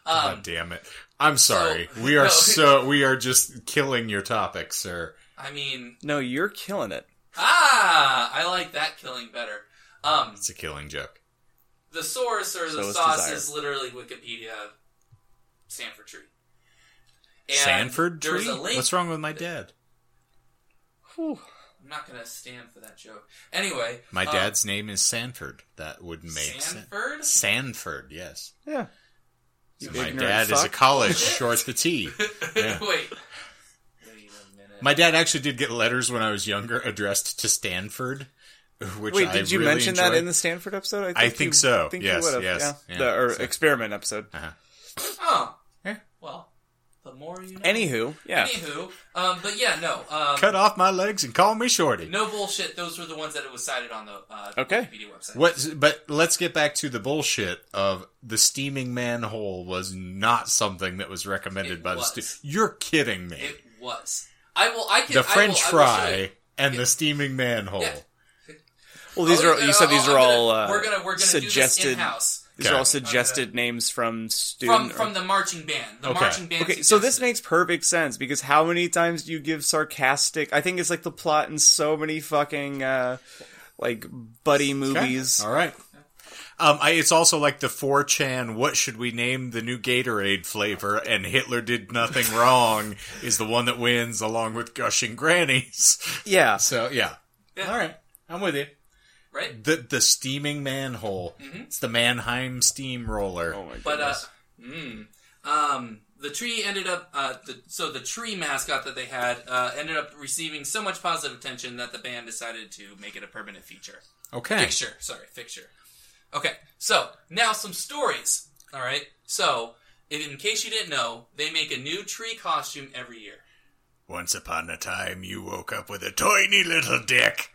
[SPEAKER 2] God
[SPEAKER 3] um,
[SPEAKER 2] damn it! I'm sorry. we are
[SPEAKER 3] no.
[SPEAKER 2] so we are just killing your topic, sir.
[SPEAKER 3] I mean,
[SPEAKER 1] No, you're killing it.
[SPEAKER 3] ah, I like that killing better. Um,
[SPEAKER 2] It's a killing joke.
[SPEAKER 3] the source or the
[SPEAKER 1] So is
[SPEAKER 3] sauce
[SPEAKER 1] desire.
[SPEAKER 3] is literally Wikipedia, Sanford tree. And
[SPEAKER 2] Sanford
[SPEAKER 3] there's
[SPEAKER 2] tree.
[SPEAKER 3] a link-
[SPEAKER 2] What's wrong with my dad?
[SPEAKER 1] Whew.
[SPEAKER 3] I'm not gonna stand for that joke. Anyway,
[SPEAKER 2] My
[SPEAKER 3] um,
[SPEAKER 2] dad's name is Sanford. That would make sense.
[SPEAKER 3] Sanford.
[SPEAKER 2] Sanford, yes.
[SPEAKER 1] Yeah. You
[SPEAKER 2] My
[SPEAKER 1] ignorant
[SPEAKER 2] dad is a
[SPEAKER 1] fuck.
[SPEAKER 2] college, short the T. Yeah.
[SPEAKER 3] Wait. Wait a minute.
[SPEAKER 2] My dad actually did get letters when I was younger addressed to Stanford, which
[SPEAKER 1] Wait,
[SPEAKER 2] I
[SPEAKER 1] did you
[SPEAKER 2] really
[SPEAKER 1] mention that
[SPEAKER 2] enjoyed.
[SPEAKER 1] in the Stanford episode?
[SPEAKER 2] I think
[SPEAKER 1] you-
[SPEAKER 2] so.
[SPEAKER 1] think you
[SPEAKER 2] Yes,
[SPEAKER 1] would've,
[SPEAKER 2] yes,
[SPEAKER 1] Yeah.
[SPEAKER 2] yeah.
[SPEAKER 1] The, or
[SPEAKER 2] So-
[SPEAKER 1] experiment episode.
[SPEAKER 3] oh.
[SPEAKER 2] Yeah.
[SPEAKER 3] Well, the more you know.
[SPEAKER 1] Anywho, yeah.
[SPEAKER 3] Anywho, um, but yeah, no. Um,
[SPEAKER 2] Cut off my legs and call me Shorty.
[SPEAKER 3] No bullshit. Those were the ones that it was cited on the uh,
[SPEAKER 1] Okay.
[SPEAKER 3] Wikipedia website.
[SPEAKER 2] What? But let's get back to the bullshit of the steaming manhole was not something that was recommended
[SPEAKER 3] It
[SPEAKER 2] by
[SPEAKER 3] was.
[SPEAKER 2] the. Stu- You're kidding me.
[SPEAKER 3] It was. I will. I can.
[SPEAKER 2] the French
[SPEAKER 3] I will, I will show you.
[SPEAKER 2] fry and the steaming manhole.
[SPEAKER 3] Yeah.
[SPEAKER 1] Well, these
[SPEAKER 3] I'll-
[SPEAKER 1] are you said these
[SPEAKER 3] I'll-
[SPEAKER 1] are
[SPEAKER 3] I'm
[SPEAKER 1] all
[SPEAKER 3] Oh, gonna-
[SPEAKER 1] uh,
[SPEAKER 3] we're gonna we're gonna do this
[SPEAKER 1] suggested.
[SPEAKER 3] in house
[SPEAKER 1] These
[SPEAKER 2] Okay.
[SPEAKER 1] are all suggested names from
[SPEAKER 3] from
[SPEAKER 1] student. or-
[SPEAKER 3] from the marching band. The
[SPEAKER 2] Okay.
[SPEAKER 3] marching band.
[SPEAKER 1] Okay, so this
[SPEAKER 3] suggested
[SPEAKER 1] makes perfect sense because how many times do you give sarcastic? I think it's like the plot in so many fucking uh like buddy movies.
[SPEAKER 2] All right. Um, I, it's also like the 4chan, what should we name the new Gatorade flavor? And Hitler did nothing wrong is the one that wins along with Gushing Grannies.
[SPEAKER 1] Yeah,
[SPEAKER 2] So, yeah.
[SPEAKER 3] Yeah.
[SPEAKER 2] All right. I'm with you.
[SPEAKER 3] it, right.
[SPEAKER 2] The, the steaming manhole. It's the Mannheim steamroller.
[SPEAKER 1] Oh my
[SPEAKER 3] But uh,
[SPEAKER 1] goodness.
[SPEAKER 3] mm, um, the tree ended up. Uh, the, so the tree mascot that they had uh, ended up receiving so much positive attention that the band decided to make it a permanent feature.
[SPEAKER 2] okay.
[SPEAKER 3] Fixture, sorry, fixture. Okay, so now some stories. All right, so if, in case you didn't know, they make a new tree costume every year.
[SPEAKER 2] Once upon a time, you woke up with a tiny little dick.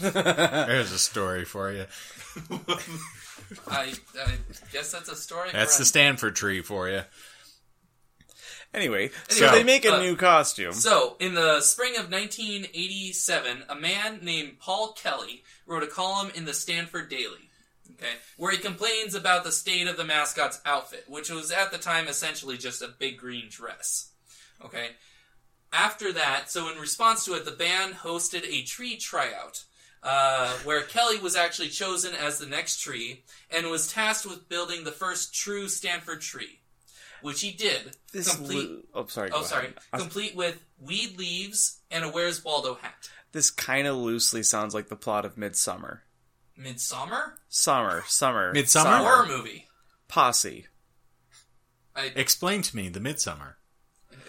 [SPEAKER 2] There's a story for you.
[SPEAKER 3] I, I guess that's a story.
[SPEAKER 2] That's the
[SPEAKER 3] for-
[SPEAKER 2] Stanford tree for you.
[SPEAKER 1] Anyway, so
[SPEAKER 2] Anyway,
[SPEAKER 1] they make a
[SPEAKER 3] uh,
[SPEAKER 1] new costume.
[SPEAKER 3] So, in the spring of 1987, a man named Paul Kelly wrote a column in the Stanford Daily, okay, where he complains about the state of the mascot's outfit, which was at the time essentially just a big green dress. Okay. After that, so in response to it, the band hosted a tree tryout. Uh, where Kelly was actually chosen as the next tree and was tasked with building the first true Stanford tree, which he did.
[SPEAKER 1] This lo- oh sorry, go
[SPEAKER 3] Oh,
[SPEAKER 1] ahead.
[SPEAKER 3] sorry.
[SPEAKER 1] I was-
[SPEAKER 3] Complete with weed leaves and a Where's Waldo hat.
[SPEAKER 1] This kind of loosely sounds like the plot of Midsummer.
[SPEAKER 3] Midsummer?
[SPEAKER 1] Summer, summer,
[SPEAKER 2] Midsummer?
[SPEAKER 1] summer.
[SPEAKER 3] Horror movie.
[SPEAKER 1] posse.
[SPEAKER 3] I,
[SPEAKER 2] Explain to me the Midsummer.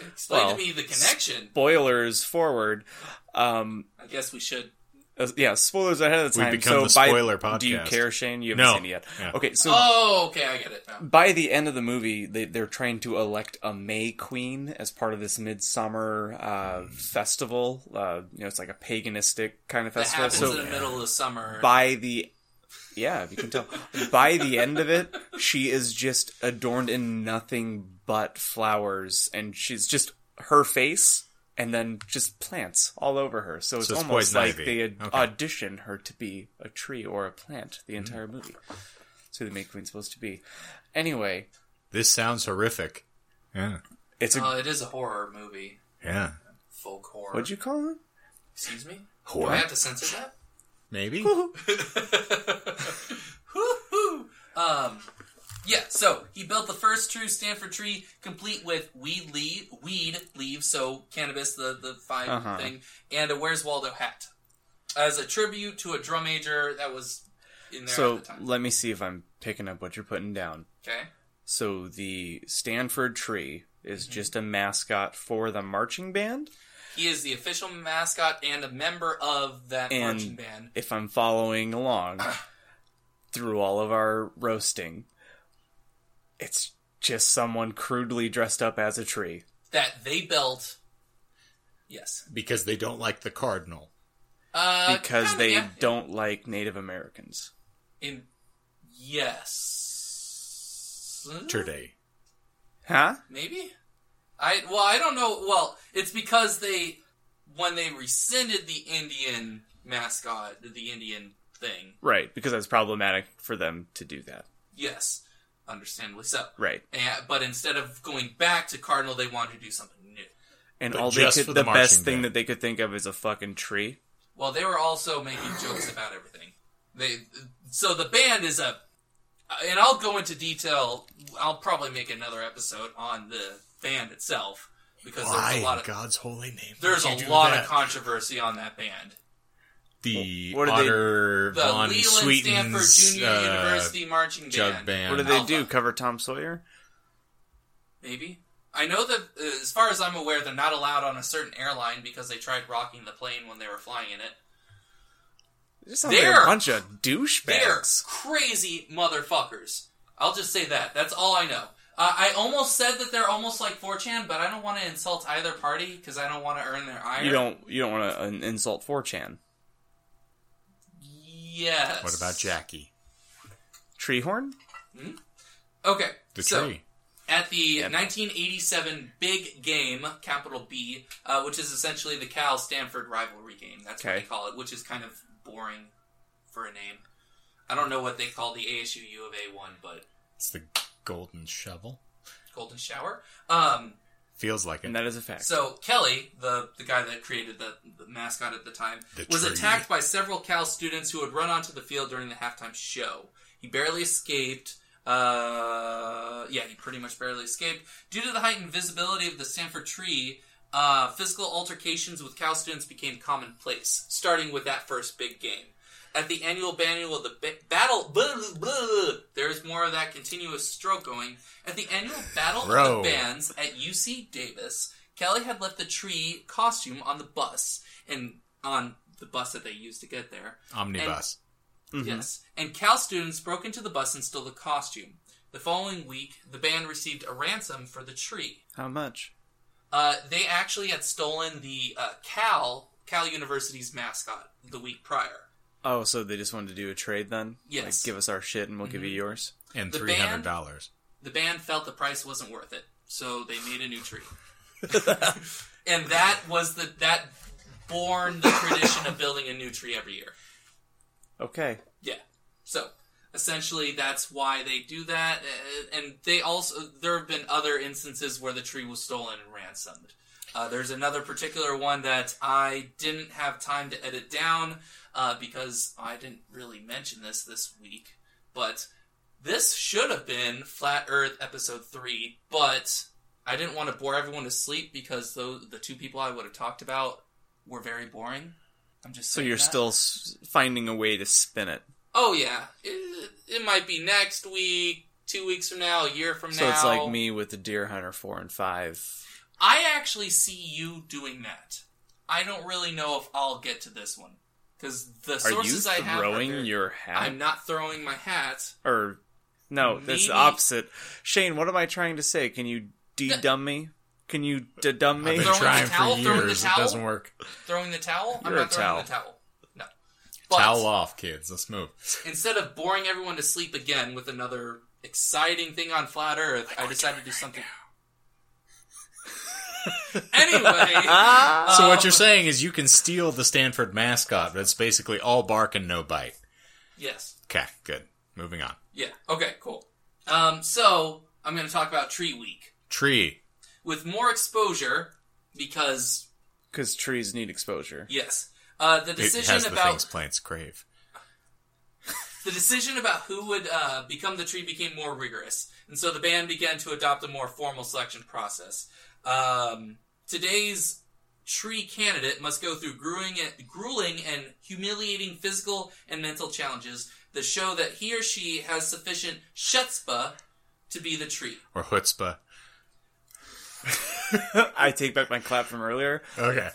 [SPEAKER 3] explain
[SPEAKER 1] well,
[SPEAKER 3] to me the connection.
[SPEAKER 1] Spoilers forward. Um,
[SPEAKER 3] I guess we should.
[SPEAKER 1] uh, yeah, spoilers ahead of the
[SPEAKER 2] We
[SPEAKER 1] time.
[SPEAKER 2] become
[SPEAKER 1] so
[SPEAKER 2] the
[SPEAKER 1] by,
[SPEAKER 2] spoiler
[SPEAKER 1] Do you
[SPEAKER 2] podcast.
[SPEAKER 1] care, Shane? You haven't
[SPEAKER 2] No.
[SPEAKER 1] seen it yet.
[SPEAKER 2] Yeah.
[SPEAKER 1] Okay, so
[SPEAKER 3] Oh, okay, I get it now.
[SPEAKER 1] by the end of the movie, they, they're trying to elect a May Queen as part of this midsummer uh, festival. Uh, you know, it's like a paganistic kind of
[SPEAKER 3] That
[SPEAKER 1] festival.
[SPEAKER 3] happens in
[SPEAKER 1] So
[SPEAKER 3] the middle of summer.
[SPEAKER 1] by the yeah, if you can tell, by the end of it, she is just adorned in nothing but flowers, and she's just her face, and then just plants all over her. So it's
[SPEAKER 2] So it's
[SPEAKER 1] almost
[SPEAKER 2] poison
[SPEAKER 1] like
[SPEAKER 2] ivy.
[SPEAKER 1] they ad-
[SPEAKER 2] Okay. Mm-hmm.
[SPEAKER 1] auditioned her to be a tree or a plant the entire movie. So the May Queen's supposed to be. Anyway,
[SPEAKER 2] This sounds horrific. Yeah.
[SPEAKER 1] it's a
[SPEAKER 3] Oh, it is a horror movie.
[SPEAKER 2] Yeah.
[SPEAKER 3] Folk horror.
[SPEAKER 1] What'd you call it?
[SPEAKER 3] Excuse me? Do I
[SPEAKER 2] Horror?
[SPEAKER 3] have to censor that?
[SPEAKER 2] Maybe.
[SPEAKER 3] Woo-hoo. Um, yeah, so he built the first true Stanford tree, complete with weed leaf, weed leaves, so cannabis, the the 5
[SPEAKER 1] Uh-huh.
[SPEAKER 3] thing, and a Where's Waldo hat as a tribute to a drum major that was in there
[SPEAKER 1] So
[SPEAKER 3] at the time.
[SPEAKER 1] let me see if I'm picking up what you're putting down.
[SPEAKER 3] Okay,
[SPEAKER 1] So the Stanford tree is
[SPEAKER 3] Mm-hmm.
[SPEAKER 1] just a mascot for the marching band.
[SPEAKER 3] he is the official mascot and a member of that
[SPEAKER 1] And-
[SPEAKER 3] marching band.
[SPEAKER 1] If I'm following along through all of our roasting, it's just someone crudely dressed up as a tree.
[SPEAKER 3] that they built. Yes,
[SPEAKER 2] Because they don't like the cardinal.
[SPEAKER 3] uh,
[SPEAKER 1] Because
[SPEAKER 3] kinda,
[SPEAKER 1] they
[SPEAKER 3] yeah.
[SPEAKER 1] don't like Native Americans.
[SPEAKER 3] In, yes.
[SPEAKER 2] Today.
[SPEAKER 1] Huh?
[SPEAKER 3] Maybe. I well, I don't know. Well, it's because they when they rescinded the Indian mascot, the Indian thing.
[SPEAKER 1] Right, because that's problematic for them to do that.
[SPEAKER 3] Yes, understandably so.
[SPEAKER 1] Right.
[SPEAKER 3] And, but instead of going back to Cardinal, they wanted to do something new.
[SPEAKER 1] And
[SPEAKER 2] But
[SPEAKER 1] all they
[SPEAKER 2] just
[SPEAKER 1] could,
[SPEAKER 2] for
[SPEAKER 1] the,
[SPEAKER 2] the
[SPEAKER 1] best
[SPEAKER 2] marching
[SPEAKER 1] thing
[SPEAKER 2] band.
[SPEAKER 1] that they could think of is a fucking tree.
[SPEAKER 3] Well, they were also making jokes about everything. They so the band is a, and I'll go into detail. I'll probably make another episode on the band itself because there's a lot of
[SPEAKER 2] God's holy name?
[SPEAKER 3] there's a lot of controversy on that band.
[SPEAKER 2] the
[SPEAKER 1] What do they-
[SPEAKER 2] Otter
[SPEAKER 3] the
[SPEAKER 2] von
[SPEAKER 3] Leland Stanford
[SPEAKER 2] Sweeten's
[SPEAKER 3] Junior
[SPEAKER 2] uh,
[SPEAKER 3] University marching
[SPEAKER 2] jug
[SPEAKER 3] band.
[SPEAKER 2] band.
[SPEAKER 1] What do they
[SPEAKER 3] Alpha.
[SPEAKER 1] do? Cover Tom Sawyer?
[SPEAKER 3] Maybe I know that uh, as far as I'm aware, they're not allowed on a certain airline because they tried rocking the plane when they were flying in it.
[SPEAKER 1] It just sounds like
[SPEAKER 3] They're-
[SPEAKER 1] a bunch of
[SPEAKER 3] They're
[SPEAKER 1] douchebags.
[SPEAKER 3] crazy motherfuckers. I'll just say that. That's all I know. Uh, I almost said that they're almost like 4chan, but I don't want to insult either party because I don't want to earn their ire.
[SPEAKER 1] You don't you don't want to uh, insult 4chan.
[SPEAKER 3] Yes.
[SPEAKER 2] What about Jackie?
[SPEAKER 1] Treehorn?
[SPEAKER 3] Okay.
[SPEAKER 2] The
[SPEAKER 3] so,
[SPEAKER 2] tree.
[SPEAKER 3] At the 1987 Big Game, capital B, uh, which is essentially the Cal Stanford rivalry game. That's what
[SPEAKER 1] Okay.
[SPEAKER 3] they call it, which is kind of boring for a name. I don't know what they call the ASU U of A one, but
[SPEAKER 2] It's the golden shovel.
[SPEAKER 3] Golden Shower. Um,
[SPEAKER 2] Feels like it.
[SPEAKER 1] And that is a fact.
[SPEAKER 3] So Kelly, the the guy that created the, the mascot at the time,
[SPEAKER 2] The
[SPEAKER 3] was
[SPEAKER 2] tree.
[SPEAKER 3] attacked by several Cal students who had run onto the field during the halftime show. He barely escaped. Uh, yeah, he pretty much barely escaped due to the heightened visibility of the Stanford tree. Uh, physical altercations with Cal students became commonplace, starting with that first big game. At the annual manual of the ba- battle, blah, blah, blah, there's more of that continuous stroke going. At the annual battle of
[SPEAKER 2] Bro.
[SPEAKER 3] the bands at UC Davis, Kelly had left the tree costume on the bus and on the bus that they used to get there.
[SPEAKER 2] Omnibus.
[SPEAKER 3] Yes. And Cal students broke into the bus and stole the costume. The following week, the band received a ransom for the tree.
[SPEAKER 1] How much?
[SPEAKER 3] Uh, they actually had stolen the uh, Cal Cal University's mascot the week prior.
[SPEAKER 1] Oh, so they just wanted to do a trade then?
[SPEAKER 3] Yes. Mm-hmm.
[SPEAKER 1] Like, give us our shit and we'll give you yours.
[SPEAKER 2] and
[SPEAKER 3] The
[SPEAKER 2] three hundred dollars.
[SPEAKER 3] The band felt the price wasn't worth it, so they made a new tree. and that was the that born the tradition of building a new tree every year.
[SPEAKER 1] Okay.
[SPEAKER 3] Yeah. So essentially, that's why they do that, uh, and they also there have been other instances where the tree was stolen and ransomed. Uh, there's another particular one that I didn't have time to edit down uh, because I didn't really mention this this week, but this should have been Flat Earth episode three, but I didn't want to bore everyone to sleep because those, the two people I would have talked about were very boring. I'm just
[SPEAKER 1] So
[SPEAKER 3] saying
[SPEAKER 1] you're
[SPEAKER 3] that.
[SPEAKER 1] still s- finding a way to spin it.
[SPEAKER 3] Oh yeah, it, it might be next week, two weeks from now, a year from
[SPEAKER 1] So
[SPEAKER 3] now.
[SPEAKER 1] it's like me with the Deer Hunter 4 and 5.
[SPEAKER 3] I actually see you doing that. I don't really know if I'll get to this one because the
[SPEAKER 1] Are you
[SPEAKER 3] sources I have. are
[SPEAKER 1] throwing
[SPEAKER 3] very-
[SPEAKER 1] your hat?
[SPEAKER 3] I'm not throwing my hat.
[SPEAKER 1] Or, no, that's
[SPEAKER 3] Maybe-
[SPEAKER 1] the opposite. Shane, what am I trying to say? Can you de-dumb me? Can you de-dumb
[SPEAKER 2] I've
[SPEAKER 1] me?
[SPEAKER 2] been
[SPEAKER 3] Throwing the
[SPEAKER 2] trying
[SPEAKER 3] towel?
[SPEAKER 2] for
[SPEAKER 3] Throwing the
[SPEAKER 2] years. It
[SPEAKER 3] towel?
[SPEAKER 2] doesn't work.
[SPEAKER 3] Throwing the towel? I'm
[SPEAKER 1] You're
[SPEAKER 3] not
[SPEAKER 1] a
[SPEAKER 3] throwing
[SPEAKER 1] towel.
[SPEAKER 3] the towel. No. But
[SPEAKER 2] Towel off, kids. Let's move.
[SPEAKER 3] instead of boring everyone to sleep again with another exciting thing on flat Earth, I decided to do something. anyway,
[SPEAKER 1] Ah!
[SPEAKER 2] So
[SPEAKER 3] um,
[SPEAKER 2] what you're saying is you can steal the Stanford mascot, but it's basically all bark and no bite.
[SPEAKER 3] yes.
[SPEAKER 2] Okay, good. Moving on.
[SPEAKER 3] Yeah. Okay. Cool. Um, so I'm going to talk about Tree Week
[SPEAKER 2] Tree.
[SPEAKER 3] with more exposure because
[SPEAKER 1] Because trees need exposure.
[SPEAKER 3] yes, uh, the
[SPEAKER 2] It
[SPEAKER 3] decision
[SPEAKER 2] has the
[SPEAKER 3] about
[SPEAKER 2] things plants crave.
[SPEAKER 3] the decision about who would uh, become the tree became more rigorous, and so the band began to adopt a more formal selection process. Um, today's tree candidate must go through grueling and, grueling and humiliating physical and mental challenges that show that he or she has sufficient shutzpah to be the tree.
[SPEAKER 2] Or chutzpah.
[SPEAKER 1] I take back my clap from earlier.
[SPEAKER 2] Okay.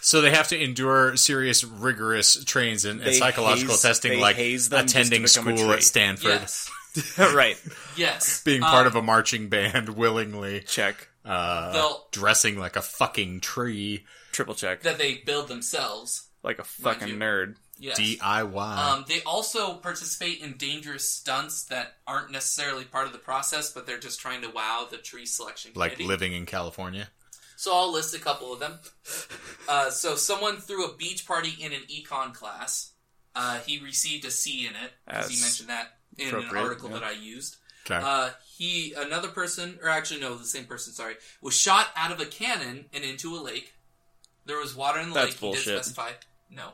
[SPEAKER 2] so they have to endure serious, rigorous trains and, and
[SPEAKER 1] They
[SPEAKER 2] psychological
[SPEAKER 1] haze-
[SPEAKER 2] testing,
[SPEAKER 1] they
[SPEAKER 2] like
[SPEAKER 1] haze them just to
[SPEAKER 2] attending
[SPEAKER 1] become a
[SPEAKER 2] school
[SPEAKER 1] tree.
[SPEAKER 2] at Stanford,
[SPEAKER 3] Yes. Um,
[SPEAKER 1] right.
[SPEAKER 3] Yes. uh,
[SPEAKER 2] being part of a marching band willingly,
[SPEAKER 1] Check.
[SPEAKER 2] uh,
[SPEAKER 3] They'll-
[SPEAKER 2] dressing like a fucking tree,
[SPEAKER 1] Triple check.
[SPEAKER 3] that they build themselves.
[SPEAKER 1] like a fucking
[SPEAKER 3] you.
[SPEAKER 1] nerd.
[SPEAKER 3] Yes.
[SPEAKER 2] DIY.
[SPEAKER 3] um, they also participate in dangerous stunts that aren't necessarily part of the process, but they're just trying to wow the tree selection
[SPEAKER 2] like
[SPEAKER 3] committee.
[SPEAKER 2] living in California.
[SPEAKER 3] So I'll list a couple of them. Uh, so someone threw a beach party in an econ class. Uh, he received a C in it because he
[SPEAKER 1] That's
[SPEAKER 3] mentioned that in an
[SPEAKER 1] appropriate,
[SPEAKER 3] article
[SPEAKER 1] yeah.
[SPEAKER 3] that I used.
[SPEAKER 2] Okay.
[SPEAKER 3] Uh, he another person, or actually no, the same person. Sorry, was shot out of a cannon and into a lake. There was water in the
[SPEAKER 1] That's
[SPEAKER 3] lake. He
[SPEAKER 1] bullshit.
[SPEAKER 3] did specify. No,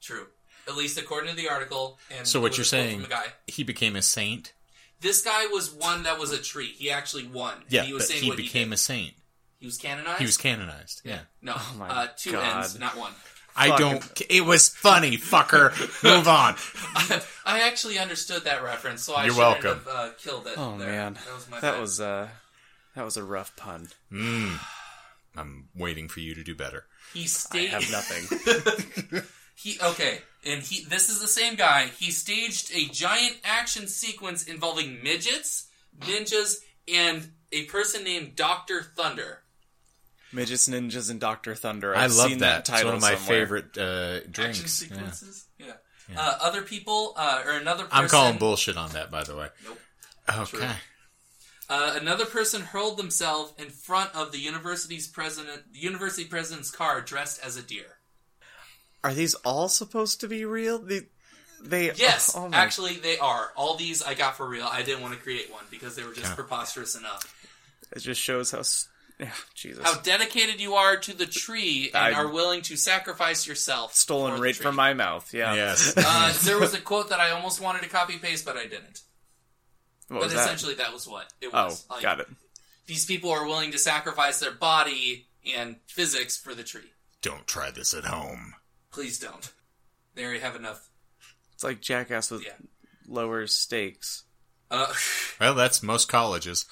[SPEAKER 3] true. At least according to the article. And
[SPEAKER 2] So what
[SPEAKER 3] with
[SPEAKER 2] you're
[SPEAKER 3] a quote
[SPEAKER 2] saying-
[SPEAKER 3] from the guy.
[SPEAKER 2] he became a saint.
[SPEAKER 3] This guy was one that was a tree. He actually won.
[SPEAKER 2] Yeah,
[SPEAKER 3] he was
[SPEAKER 2] but
[SPEAKER 3] saying
[SPEAKER 2] he
[SPEAKER 3] what
[SPEAKER 2] became
[SPEAKER 3] he, did.
[SPEAKER 2] a saint.
[SPEAKER 3] he was canonized.
[SPEAKER 2] He was canonized. Yeah. Oh
[SPEAKER 3] no.
[SPEAKER 1] my
[SPEAKER 3] uh, two
[SPEAKER 1] God.
[SPEAKER 3] ends, not one.
[SPEAKER 2] I
[SPEAKER 1] Fucking-
[SPEAKER 2] don't. ca- It was funny, fucker. Move on.
[SPEAKER 3] I actually understood that reference, so I
[SPEAKER 2] You're
[SPEAKER 3] shouldn't
[SPEAKER 2] welcome.
[SPEAKER 3] have uh, killed it.
[SPEAKER 1] Oh
[SPEAKER 3] there.
[SPEAKER 1] man,
[SPEAKER 3] that was my
[SPEAKER 1] that
[SPEAKER 3] bad.
[SPEAKER 1] was uh, that was a rough pun.
[SPEAKER 2] Mm. I'm waiting for you to do better.
[SPEAKER 3] He
[SPEAKER 1] I
[SPEAKER 3] stayed.
[SPEAKER 1] have nothing.
[SPEAKER 3] He okay, and he this is the same guy. He staged a giant action sequence involving midgets, ninjas, and a person named Doctor Thunder.
[SPEAKER 1] Midgets, ninjas, and Doctor Thunder.
[SPEAKER 2] i
[SPEAKER 1] I've
[SPEAKER 2] love
[SPEAKER 1] seen
[SPEAKER 2] that. It's
[SPEAKER 1] title.
[SPEAKER 2] one of my
[SPEAKER 1] somewhere.
[SPEAKER 2] favorite uh,
[SPEAKER 3] Action
[SPEAKER 2] drinks. Yeah.
[SPEAKER 3] sequences. Yeah. Uh, other people uh, or another. Person,
[SPEAKER 2] I'm calling bullshit on that, by the way.
[SPEAKER 3] Nope.
[SPEAKER 2] Okay.
[SPEAKER 3] True. Uh, another person hurled themselves in front of the university's president, the university president's car, dressed as a deer.
[SPEAKER 1] Are these all supposed to be real? They, they
[SPEAKER 3] Yes,
[SPEAKER 1] oh, my-
[SPEAKER 3] actually, they are. All these I got for real. I didn't want to create one because they were just
[SPEAKER 2] Yeah.
[SPEAKER 3] preposterous enough.
[SPEAKER 1] it just shows how. s- Yeah, Jesus.
[SPEAKER 3] how dedicated you are to the tree and
[SPEAKER 1] I-
[SPEAKER 3] are willing to sacrifice yourself. for
[SPEAKER 1] Stolen
[SPEAKER 3] the
[SPEAKER 1] right
[SPEAKER 3] tree.
[SPEAKER 1] from my mouth. Yeah.
[SPEAKER 2] Yes.
[SPEAKER 3] Uh, there was a quote that I almost wanted to copy paste, but I didn't.
[SPEAKER 1] What
[SPEAKER 3] but
[SPEAKER 1] was that?
[SPEAKER 3] essentially, that? was what it
[SPEAKER 1] Oh,
[SPEAKER 3] was. Like,
[SPEAKER 1] got it.
[SPEAKER 3] These people are willing to sacrifice their body and physics for the tree.
[SPEAKER 2] Don't try this at home.
[SPEAKER 3] Please don't. They already have enough.
[SPEAKER 1] It's like Jackass with
[SPEAKER 3] Yeah.
[SPEAKER 1] lower stakes.
[SPEAKER 3] Uh,
[SPEAKER 2] Well, that's most colleges.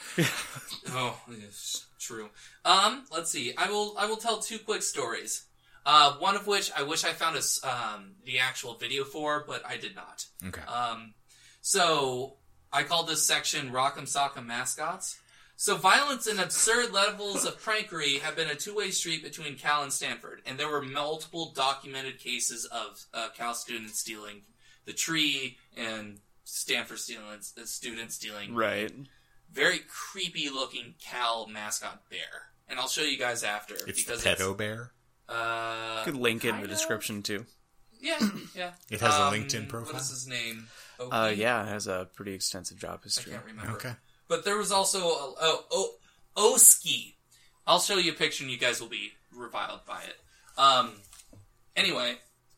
[SPEAKER 3] oh, yes, true. Um, let's see. I will. I will tell two quick stories. Uh, one of which I wish I found a s um, the actual video for, but I did not.
[SPEAKER 2] Okay.
[SPEAKER 3] Um, so I called this section Rock'em Sock'em Mascots. So violence and absurd levels of prankery have been a two-way street between Cal and Stanford, and there were multiple documented cases of uh, Cal students stealing the tree and Stanford students uh, students stealing
[SPEAKER 1] Right.
[SPEAKER 3] very creepy-looking Cal mascot bear. And I'll show you guys after
[SPEAKER 2] It's the
[SPEAKER 3] because
[SPEAKER 2] pedo bear.
[SPEAKER 3] it's uh,
[SPEAKER 1] Could link it in
[SPEAKER 3] kind
[SPEAKER 1] the
[SPEAKER 3] of.
[SPEAKER 1] description too.
[SPEAKER 3] yeah, yeah.
[SPEAKER 2] It has a
[SPEAKER 3] Um,
[SPEAKER 2] LinkedIn profile?
[SPEAKER 3] What is his name?
[SPEAKER 1] Uh,
[SPEAKER 3] Opie?
[SPEAKER 1] yeah, it has a pretty extensive job
[SPEAKER 3] I
[SPEAKER 1] history.
[SPEAKER 3] can't remember.
[SPEAKER 2] Okay.
[SPEAKER 3] But there was also a, oh, oh Oski. I'll show you a picture, and you guys will be reviled by it. Um, anyway,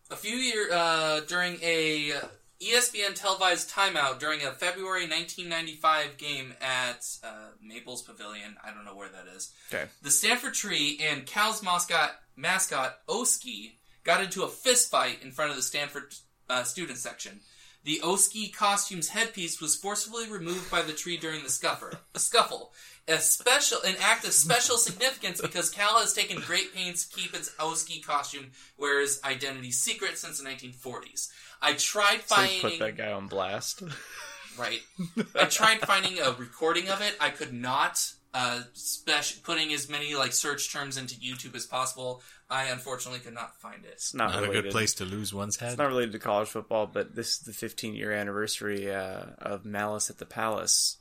[SPEAKER 3] a few year uh, during a E ESPN televised timeout during a February 1995 game at uh, Maples Pavilion. I don't know where that is.
[SPEAKER 1] Okay.
[SPEAKER 3] The Stanford Tree and Cal's mascot mascot Oski got into a fist fight in front of the Stanford uh, student section. The Oski costume's headpiece was forcefully removed by the tree during the scuffer, scuffle. A special, an act of special significance because Cal has taken great pains to keep its Oski costume wearer's identity secret since the 1940s. I tried
[SPEAKER 1] So they
[SPEAKER 3] finding
[SPEAKER 1] put that guy on blast.
[SPEAKER 3] Right. I tried finding a recording of it. I could not. Uh, spec- putting as many like search terms into YouTube as possible. I unfortunately could not find it.
[SPEAKER 1] It's not,
[SPEAKER 2] Not
[SPEAKER 1] related.
[SPEAKER 2] a good place to lose one's head.
[SPEAKER 1] It's not related to college football, but this is the 15 year anniversary uh, of Malice at the Palace,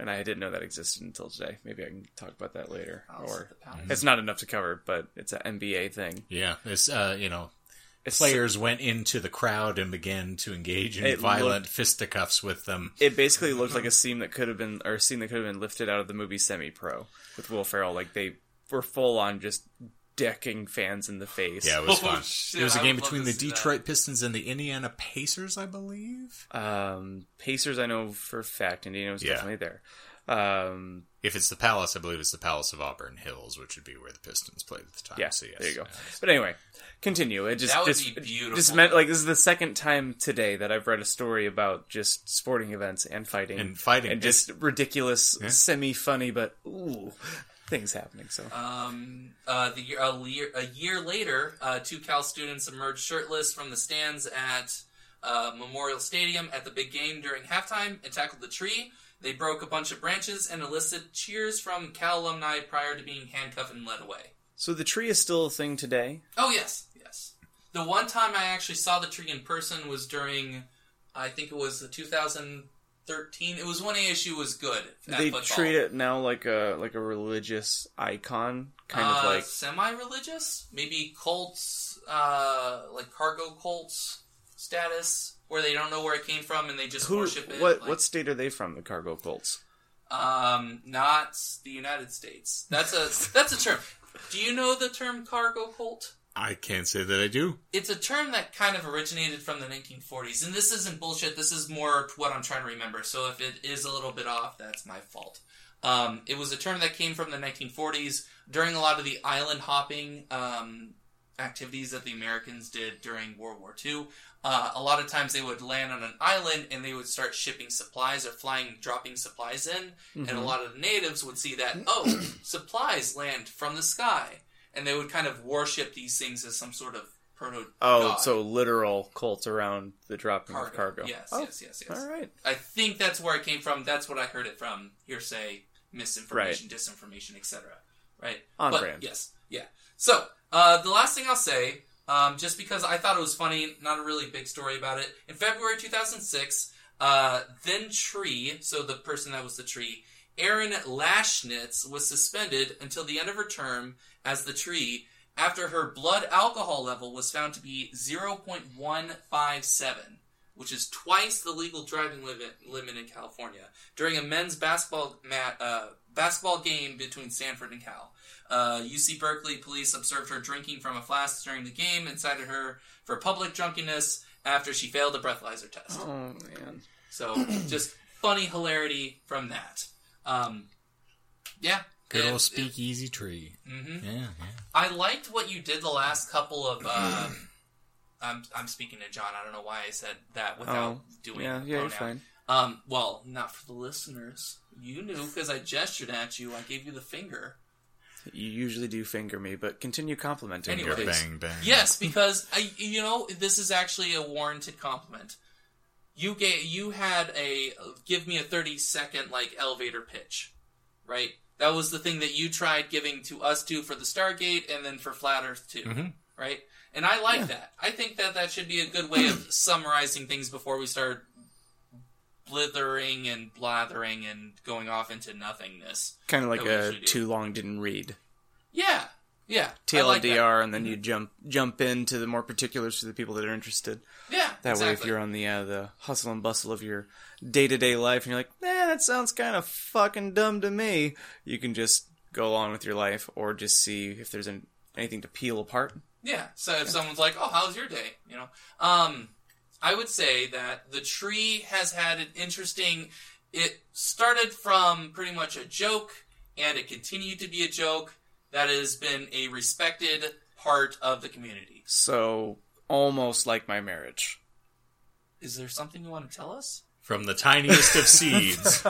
[SPEAKER 1] and I didn't know that existed until today. Maybe I can talk about that later.
[SPEAKER 3] I'll set
[SPEAKER 1] or Mm-hmm.
[SPEAKER 3] the pound.
[SPEAKER 1] it's not enough to cover, but it's an NBA thing.
[SPEAKER 2] yeah, it's uh, you know,
[SPEAKER 1] It's,
[SPEAKER 2] players went into the crowd and began to engage in
[SPEAKER 1] It
[SPEAKER 2] violent fisticuffs with them.
[SPEAKER 1] It basically looked like a scene that could have been, or a scene that could have been lifted out of the movie Semi Pro with Will Ferrell. Like they were full on just decking fans in the face.
[SPEAKER 2] Yeah, it was
[SPEAKER 3] Oh,
[SPEAKER 2] fun.
[SPEAKER 3] shit,
[SPEAKER 2] it was a
[SPEAKER 3] I
[SPEAKER 2] game
[SPEAKER 3] would love
[SPEAKER 2] between
[SPEAKER 3] to
[SPEAKER 2] the
[SPEAKER 3] see that.
[SPEAKER 2] Detroit Pistons and the Indiana Pacers, I believe.
[SPEAKER 1] Um, Pacers, I know for a fact, Indiana was
[SPEAKER 2] Yeah.
[SPEAKER 1] definitely there. Um,
[SPEAKER 2] If it's the Palace, I believe it's the Palace of Auburn Hills, which would be where the Pistons played at the time.
[SPEAKER 1] Yeah,
[SPEAKER 2] so yes.
[SPEAKER 1] there you go.
[SPEAKER 2] Yeah.
[SPEAKER 1] But anyway, continue. It just
[SPEAKER 3] That would
[SPEAKER 1] just,
[SPEAKER 3] be beautiful.
[SPEAKER 1] Just meant like this is the second time today that I've read a story about just sporting events and fighting
[SPEAKER 2] And fighting.
[SPEAKER 1] and just ridiculous,
[SPEAKER 2] Yeah.
[SPEAKER 1] semi-funny, but ooh, things happening. So
[SPEAKER 3] Um, uh, the year, a, year, a year later, uh, two Cal students emerged shirtless from the stands at uh, Memorial Stadium at the big game during halftime and tackled the tree. They broke a bunch of branches and elicited cheers from Cal alumni prior to being handcuffed and led away.
[SPEAKER 1] so the tree is still a thing today.
[SPEAKER 3] Oh yes, yes. The one time I actually saw the tree in person was during, I think it was the 2013. It was when ASU was good. At
[SPEAKER 1] they
[SPEAKER 3] football.
[SPEAKER 1] treat it now like a like a religious icon, kind of
[SPEAKER 3] Uh,
[SPEAKER 1] like
[SPEAKER 3] semi-religious, maybe cults, uh, like cargo cults status, where they don't know where it came from and they just
[SPEAKER 1] who?
[SPEAKER 3] worship it.
[SPEAKER 1] What
[SPEAKER 3] like,
[SPEAKER 1] what state are they from? The cargo cults.
[SPEAKER 3] Um, not the United States. That's a that's a term. Do you know the term cargo cult?
[SPEAKER 2] I can't say that I do.
[SPEAKER 3] it's a term that kind of originated from the 1940s, and this isn't bullshit. This is more what I'm trying to remember. So if it is a little bit off, that's my fault. Um, it was a term that came from the 1940s during a lot of the island hopping um, activities that the Americans did during World War II. Uh, a lot of times they would land on an island and they would start shipping supplies or flying, dropping supplies in,
[SPEAKER 1] Mm-hmm.
[SPEAKER 3] and a lot of the natives would see that oh, supplies land from the sky, and they would kind of worship these things as some sort of proto.
[SPEAKER 1] Oh,
[SPEAKER 3] god.
[SPEAKER 1] so literal cults around the dropping
[SPEAKER 3] cargo.
[SPEAKER 1] of cargo.
[SPEAKER 3] Yes,
[SPEAKER 1] Oh,
[SPEAKER 3] yes, yes, yes.
[SPEAKER 1] All right.
[SPEAKER 3] I think that's where it came from. That's what I heard it from. Hearsay, misinformation, disinformation, etc. Right?
[SPEAKER 1] On
[SPEAKER 3] but,
[SPEAKER 1] brand.
[SPEAKER 3] Yes. Yeah. So uh, the last thing I'll say, um, just because I thought it was funny, not a really big story about it. In February 2006, uh, then Tree, so the person that was the Tree, Aaron Lashnitz was suspended until the end of her term as the Tree after her blood alcohol level was found to be 0.157, which is twice the legal driving limit, limit in California, during a men's basketball mat, uh, basketball game between Stanford and Cal. Uh, UC Berkeley police observed her drinking from a flask during the game and cited her for public drunkenness after she failed a breathalyzer test.
[SPEAKER 1] Oh man.
[SPEAKER 3] So just funny hilarity from that. Um, yeah.
[SPEAKER 2] Good
[SPEAKER 3] It-
[SPEAKER 2] old
[SPEAKER 3] it-
[SPEAKER 2] speakeasy tree.
[SPEAKER 3] mhm.
[SPEAKER 2] Yeah, yeah.
[SPEAKER 3] I liked what you did the last couple of. Uh, I'm I'm speaking to John. I don't know why I said that without
[SPEAKER 1] Oh,
[SPEAKER 3] doing.
[SPEAKER 1] Yeah,
[SPEAKER 3] a
[SPEAKER 1] yeah, you're
[SPEAKER 3] pronoun.
[SPEAKER 1] fine.
[SPEAKER 3] Um, well, not for the listeners. You knew because I gestured at you. I gave you the finger.
[SPEAKER 1] You usually do finger me, but continue complimenting
[SPEAKER 3] Anyway.
[SPEAKER 1] me,
[SPEAKER 2] Your
[SPEAKER 1] please.
[SPEAKER 2] bang bang.
[SPEAKER 3] Yes, because I, you know, this is actually a warranted compliment. You gave, you had a give me a thirty second like elevator pitch, right? That was the thing that you tried giving to us two for the Stargate and then for Flat Earth 2,
[SPEAKER 1] Mm-hmm.
[SPEAKER 2] Mhm.
[SPEAKER 3] right? And I like that. I think that that should be a good way of summarizing things before we start blithering and blathering and going off into nothingness.
[SPEAKER 1] Kind of like
[SPEAKER 3] That we
[SPEAKER 1] a
[SPEAKER 3] usually do.
[SPEAKER 1] too long didn't read.
[SPEAKER 3] Yeah, yeah. I
[SPEAKER 1] TLDR,
[SPEAKER 3] like that. Mm-hmm.
[SPEAKER 1] and then you jump jump into the more particulars for the people that are interested.
[SPEAKER 3] Yeah,
[SPEAKER 1] That way, if
[SPEAKER 3] exactly.
[SPEAKER 1] you're on the uh, the hustle and bustle of your day to day life, and you're like, "Nah, that sounds kind of fucking dumb to me," you can just go along with your life, or just see if there's an, anything to peel apart.
[SPEAKER 3] Yeah. So if someone's like, "Oh, how's your day?" you know, um, I would say that the tree has had an interesting. It started from pretty much a joke, and it continued to be a joke that has been a respected part of the community.
[SPEAKER 1] So almost like my marriage.
[SPEAKER 3] Is there something you want to tell us?
[SPEAKER 2] From the tiniest of seeds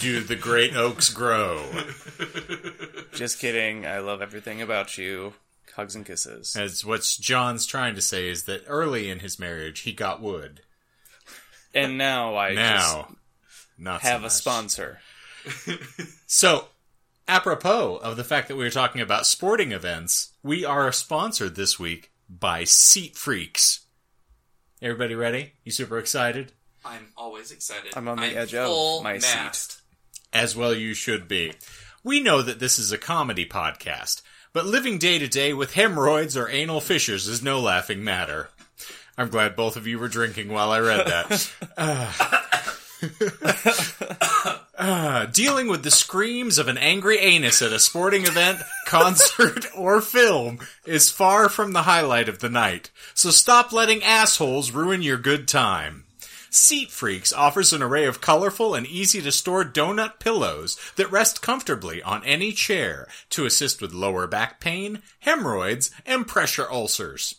[SPEAKER 2] do the great oaks grow.
[SPEAKER 1] Just kidding. I love everything about you. Hugs and kisses.
[SPEAKER 2] As what John's trying to say is that early in his marriage, he got wood.
[SPEAKER 1] And now I
[SPEAKER 2] now, not
[SPEAKER 1] just
[SPEAKER 2] so
[SPEAKER 1] have a
[SPEAKER 2] much.
[SPEAKER 1] sponsor.
[SPEAKER 2] So, apropos of the fact that we were talking about sporting events, we are sponsored this week by Seat Freaks. Everybody ready? You super excited?
[SPEAKER 3] I'm always excited.
[SPEAKER 1] I'm on the edge of
[SPEAKER 3] full
[SPEAKER 1] my seat.
[SPEAKER 3] mast.
[SPEAKER 2] As well you should be. We know that this is a comedy podcast, but living day to day with hemorrhoids or anal fissures is no laughing matter. I'm glad both of you were drinking while I read that. Uh, Ah. Ah, dealing with the screams of an angry anus at a sporting event, concert, or film is far from the highlight of the night. So stop letting assholes ruin your good time. Seat Freaks offers an array of colorful and easy to store donut pillows that rest comfortably on any chair to assist with lower back pain, hemorrhoids, and pressure ulcers.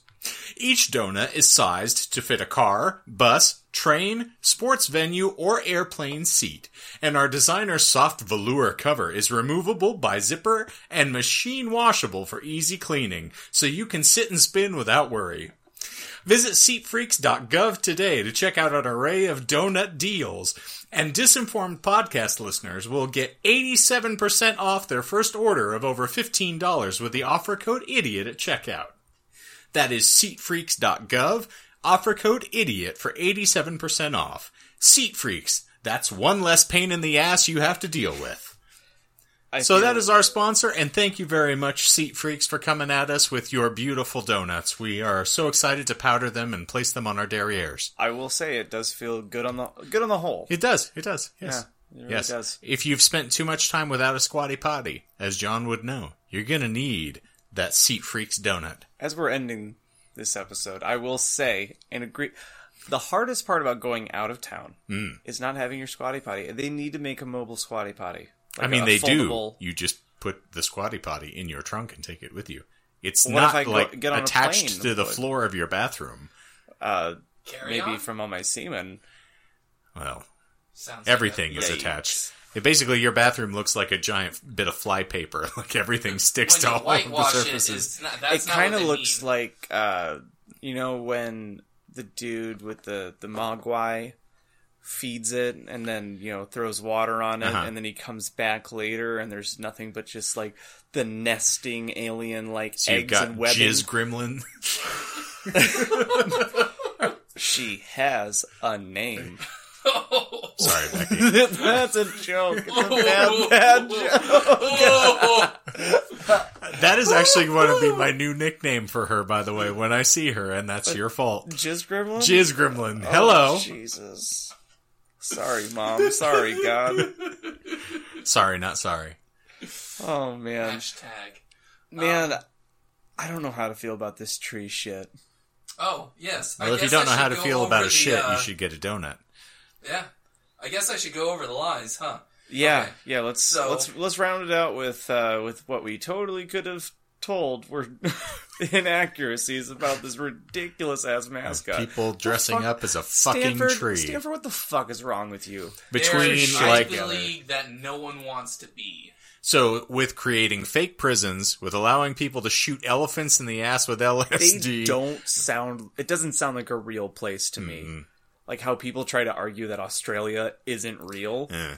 [SPEAKER 2] Each donut is sized to fit a car, bus, train, sports venue, or airplane seat, and our designer's soft velour cover is removable by zipper and machine washable for easy cleaning, so you can sit and spin without worry. Visit seatfreaks.gov today to check out an array of donut deals. And disinformed podcast listeners will get 87% off their first order of over $15 with the offer code IDIOT at checkout. That is seatfreaks.gov. Offer code IDIOT for 87% off. Seat Freaks. That's one less pain in the ass you have to deal with.
[SPEAKER 1] I
[SPEAKER 2] So
[SPEAKER 1] feel-
[SPEAKER 2] that is our sponsor, and thank you very much, Seat Freaks, for coming at us with your beautiful donuts. We are so excited to powder them and place them on our derrieres.
[SPEAKER 1] I will say it does feel good on the good on the whole.
[SPEAKER 2] It does. It does. Yes.
[SPEAKER 1] Yeah, it really
[SPEAKER 2] yes.
[SPEAKER 1] does.
[SPEAKER 2] If you've spent too much time without a squatty potty, as John would know, you're gonna need that Seat Freaks donut.
[SPEAKER 1] As we're ending this episode, I will say and agree. The hardest part about going out of town
[SPEAKER 2] Hmm.
[SPEAKER 1] is not having your squatty potty. They need to make a mobile squatty potty.
[SPEAKER 2] I
[SPEAKER 1] Like
[SPEAKER 2] mean,
[SPEAKER 1] a
[SPEAKER 2] they
[SPEAKER 1] foldable-
[SPEAKER 2] do. You just put the squatty potty in your trunk and take it with you. It's
[SPEAKER 1] What if I
[SPEAKER 2] not
[SPEAKER 1] go-
[SPEAKER 2] like
[SPEAKER 1] get on a
[SPEAKER 2] attached
[SPEAKER 1] plane
[SPEAKER 2] to the
[SPEAKER 1] with-
[SPEAKER 2] floor of your bathroom.
[SPEAKER 1] Uh,
[SPEAKER 3] Carry
[SPEAKER 1] maybe
[SPEAKER 3] on?
[SPEAKER 1] from all my semen.
[SPEAKER 2] Well,
[SPEAKER 3] Sounds like
[SPEAKER 2] everything
[SPEAKER 3] a-
[SPEAKER 2] is
[SPEAKER 1] Yikes.
[SPEAKER 2] attached. It basically, your bathroom looks like a giant bit of flypaper. Like everything sticks
[SPEAKER 3] When you
[SPEAKER 2] to all of the
[SPEAKER 3] whitewash it,
[SPEAKER 2] surfaces.
[SPEAKER 3] it's not- that's
[SPEAKER 1] it
[SPEAKER 3] not what
[SPEAKER 1] kind of
[SPEAKER 3] they
[SPEAKER 1] looks
[SPEAKER 3] mean.
[SPEAKER 1] like uh, you know when the dude with the the mogwai feeds it and then you know throws water on it
[SPEAKER 2] Uh-huh.
[SPEAKER 1] and then he comes back later and there's nothing but just like the nesting alien like
[SPEAKER 2] so you've
[SPEAKER 1] eggs
[SPEAKER 2] got
[SPEAKER 1] and webbing
[SPEAKER 2] jizz gremlin.
[SPEAKER 1] she has a name
[SPEAKER 2] Sorry, Becky.
[SPEAKER 1] that's a joke it's a bad, bad joke
[SPEAKER 2] That is actually going to be my new nickname for her, by the way, when I see her, and that's your fault.
[SPEAKER 1] jizz gremlin
[SPEAKER 2] Jizz Gremlin.
[SPEAKER 1] Oh,
[SPEAKER 2] Hello.
[SPEAKER 1] jesus sorry mom sorry god
[SPEAKER 2] Sorry, not sorry.
[SPEAKER 1] oh man
[SPEAKER 3] Hashtag.
[SPEAKER 1] Man,
[SPEAKER 3] Um,
[SPEAKER 1] I don't know how to feel about this tree shit.
[SPEAKER 3] Oh yes. I
[SPEAKER 2] Well, if you
[SPEAKER 3] guess
[SPEAKER 2] don't
[SPEAKER 3] I
[SPEAKER 2] know how
[SPEAKER 3] should
[SPEAKER 2] to
[SPEAKER 3] go
[SPEAKER 2] feel
[SPEAKER 3] over
[SPEAKER 2] about a
[SPEAKER 3] the,
[SPEAKER 2] shit,
[SPEAKER 3] uh,
[SPEAKER 2] you should get a donut.
[SPEAKER 3] Yeah. I guess I should go over the lies, huh?
[SPEAKER 1] Yeah,
[SPEAKER 3] Okay.
[SPEAKER 1] yeah. Let's
[SPEAKER 3] So-
[SPEAKER 1] let's let's round it out with uh, with what we totally could have told were inaccuracies about this ridiculous ass mascot.
[SPEAKER 2] People dressing
[SPEAKER 1] fuck-
[SPEAKER 2] up as a fucking
[SPEAKER 1] Stanford,
[SPEAKER 2] tree.
[SPEAKER 1] Stanford, what the fuck is wrong with you?
[SPEAKER 2] Between,
[SPEAKER 3] There's
[SPEAKER 2] like,
[SPEAKER 3] the league that no one wants to be.
[SPEAKER 2] so with creating fake prisons, with allowing people to shoot elephants in the ass with
[SPEAKER 1] They
[SPEAKER 2] LSD.
[SPEAKER 1] don't sound. It doesn't sound like a real place to me.
[SPEAKER 2] Mm,
[SPEAKER 1] Like how people try to argue that Australia isn't real.
[SPEAKER 2] eh.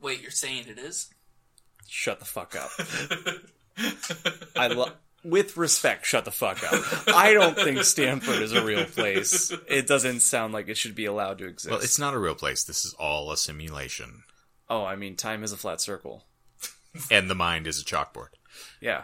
[SPEAKER 3] Wait, you're saying it is?
[SPEAKER 1] shut the fuck up. I love. With respect, shut the fuck up. I don't think Stanford is a real place. It doesn't sound like it should be allowed to exist.
[SPEAKER 2] Well, it's not a real place. This is all a simulation,
[SPEAKER 1] oh, I mean, time is a flat circle.
[SPEAKER 2] and the mind is a chalkboard.
[SPEAKER 1] Yeah.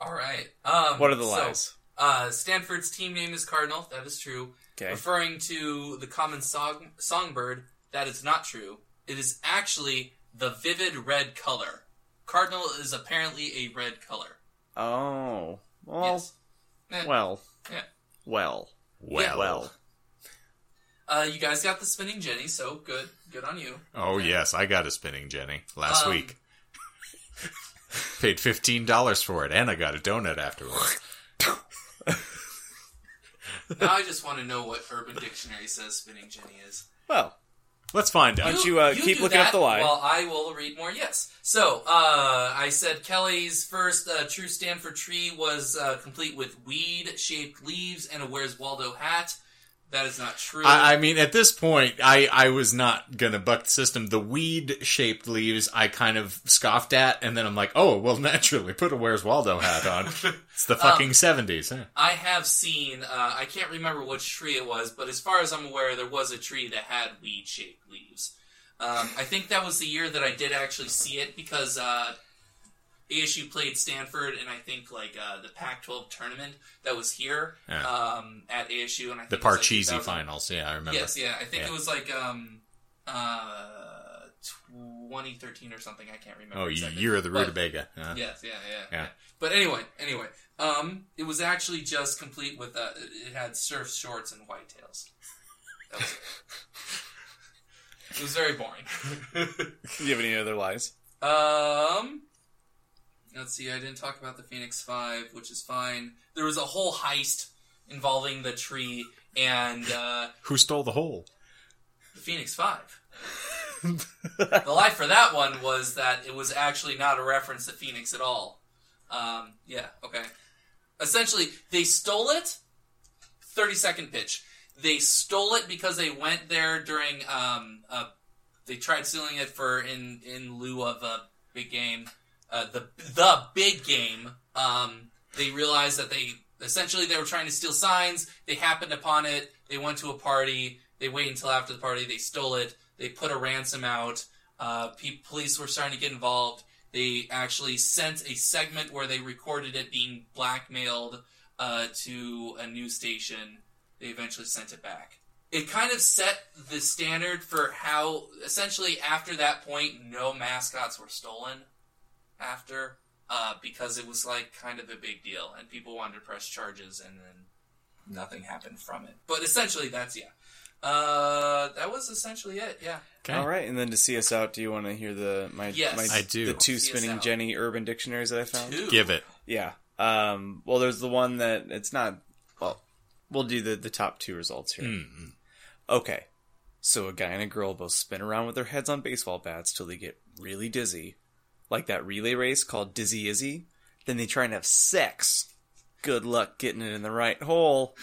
[SPEAKER 3] All right. Um,
[SPEAKER 1] What are the
[SPEAKER 3] so,
[SPEAKER 1] lies?
[SPEAKER 3] Uh, Stanford's team name is Cardinal. That is true.
[SPEAKER 1] Okay.
[SPEAKER 3] Referring to the common song- songbird, that is not true. It is actually the vivid red color. Cardinal is apparently a red color.
[SPEAKER 1] Oh. Well.
[SPEAKER 3] yes. Eh,
[SPEAKER 1] Well.
[SPEAKER 3] yeah. Oh.
[SPEAKER 1] Well.
[SPEAKER 2] Well,
[SPEAKER 1] Well.
[SPEAKER 3] Uh, you guys got the spinning Jenny, so good. Good on you.
[SPEAKER 2] Oh yes, I got a spinning Jenny last
[SPEAKER 3] Um,
[SPEAKER 2] week. Paid fifteen dollars for it, and I got a donut afterwards.
[SPEAKER 3] Now I just want to know what Urban Dictionary says spinning Jenny is.
[SPEAKER 1] Well.
[SPEAKER 2] Let's find out.
[SPEAKER 1] don't you, uh, keep
[SPEAKER 3] do
[SPEAKER 1] looking up
[SPEAKER 3] that
[SPEAKER 1] the lie.
[SPEAKER 3] While I will read more. Yes. So uh, I said Kelly's first uh, true Stanford tree was uh, complete with weed-shaped leaves and a Where's Waldo hat. That is not true.
[SPEAKER 2] I, I mean, at this point, I, I was not gonna buck the system. The weed shaped leaves I kind of scoffed at, and then I'm like, oh well, naturally, put a Where's Waldo hat on. it's
[SPEAKER 1] Um,
[SPEAKER 2] the fucking seventies. huh?
[SPEAKER 3] I have seen. Uh, I can't remember which tree it was, but as far as I'm aware, there was a tree that had weed-shaped leaves. Um, I think that was the year that I did actually see it because uh, ASU played Stanford, and I think like uh, the Pac-12 tournament that was here
[SPEAKER 2] Yeah.
[SPEAKER 3] um, at ASU, and I
[SPEAKER 2] The
[SPEAKER 3] think it was, like,
[SPEAKER 2] Parcheesi
[SPEAKER 3] 2000
[SPEAKER 2] finals. Yeah, I remember.
[SPEAKER 3] Yes, yeah. I think
[SPEAKER 2] Yeah.
[SPEAKER 3] it was like um, uh, 2013 or something. I can't remember.
[SPEAKER 2] Oh, you,
[SPEAKER 3] exactly.
[SPEAKER 2] you're the
[SPEAKER 3] But-
[SPEAKER 2] rutabaga. huh?
[SPEAKER 3] Yes, yeah, yeah,
[SPEAKER 2] Yeah.
[SPEAKER 3] yeah. But anyway, anyway, um, it was actually just complete with uh, it had surf shorts and whitetails. That was it. it was very boring.
[SPEAKER 1] Do you have any other lies?
[SPEAKER 3] Um, let's see. I didn't talk about the Phoenix Five, which is fine. There was a whole heist involving the tree and uh,
[SPEAKER 2] Who stole the hole?
[SPEAKER 3] the Phoenix Five. the lie for that one was that it was actually not a reference to Phoenix at all. Um, yeah, okay. Essentially, they stole it. Thirty second pitch. They stole it because they went there during. Um, uh, they tried stealing it for in in lieu of a big game. Uh, the the big game. Um, they realized that they essentially they were trying to steal signs. They happened upon it. They went to a party. They waited until after the party. They stole it. They put a ransom out. Uh, pe- police were starting to get involved. They actually sent a segment where they recorded it being blackmailed uh, to a news station. They eventually sent it back. It kind of set the standard for how, essentially, after that point, no mascots were stolen after uh, because it was like kind of a big deal and people wanted to press charges and then nothing happened from it. But essentially, that's yeah. Uh, that was essentially it. Yeah.
[SPEAKER 2] Okay.
[SPEAKER 1] All right, and then to see us out, do you want to hear the my
[SPEAKER 3] Yes.
[SPEAKER 1] my-
[SPEAKER 2] I do.
[SPEAKER 1] the two
[SPEAKER 3] See us
[SPEAKER 1] spinning
[SPEAKER 3] out.
[SPEAKER 1] Jenny urban dictionaries that I found?
[SPEAKER 3] Two.
[SPEAKER 2] Give it.
[SPEAKER 1] Yeah. Um, well, there's the one that it's not. Well, we'll do the the top two results here.
[SPEAKER 2] Mm-mm.
[SPEAKER 1] Okay. So a guy and a girl both spin around with their heads on baseball bats till they get really dizzy, like that relay race called Dizzy Izzy. Then they try and have sex. Good luck getting it in the right hole.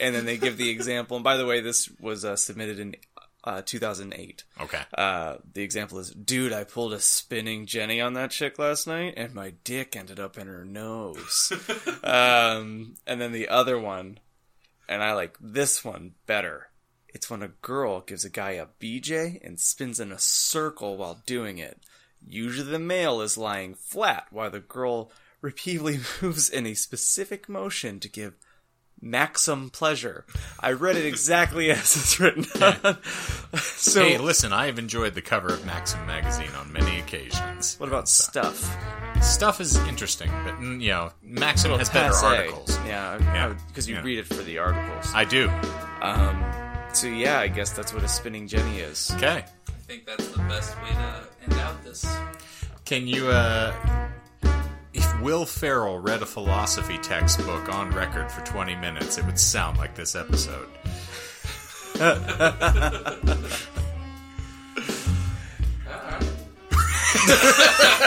[SPEAKER 1] And then they give the example. And by the way, this was uh, submitted in uh, 2008.
[SPEAKER 2] Okay.
[SPEAKER 1] Uh, the example is, dude, I pulled a spinning Jenny on that chick last night, and my dick ended up in her nose. um, and then the other one, and I like this one better. It's when a girl gives a guy a BJ and spins in a circle while doing it. Usually the male is lying flat while the girl repeatedly moves in a specific motion to give maximum pleasure. I read it exactly as it's written. so
[SPEAKER 2] hey, listen, I have enjoyed the cover of Maxim magazine on many occasions.
[SPEAKER 1] What about
[SPEAKER 2] stuff?
[SPEAKER 1] stuff?
[SPEAKER 2] Stuff is interesting, but mm, you know, Maxim has better
[SPEAKER 1] Passe.
[SPEAKER 2] articles. Yeah.
[SPEAKER 1] Yeah, because you
[SPEAKER 2] Yeah.
[SPEAKER 1] read it for the articles.
[SPEAKER 2] I do.
[SPEAKER 1] um, so yeah, I guess that's what a spinning Jenny is.
[SPEAKER 2] Okay.
[SPEAKER 3] I think that's the best way to end out this.
[SPEAKER 2] Can you, uh, if Will Ferrell read a philosophy textbook on record for 20 minutes, it would sound like this episode.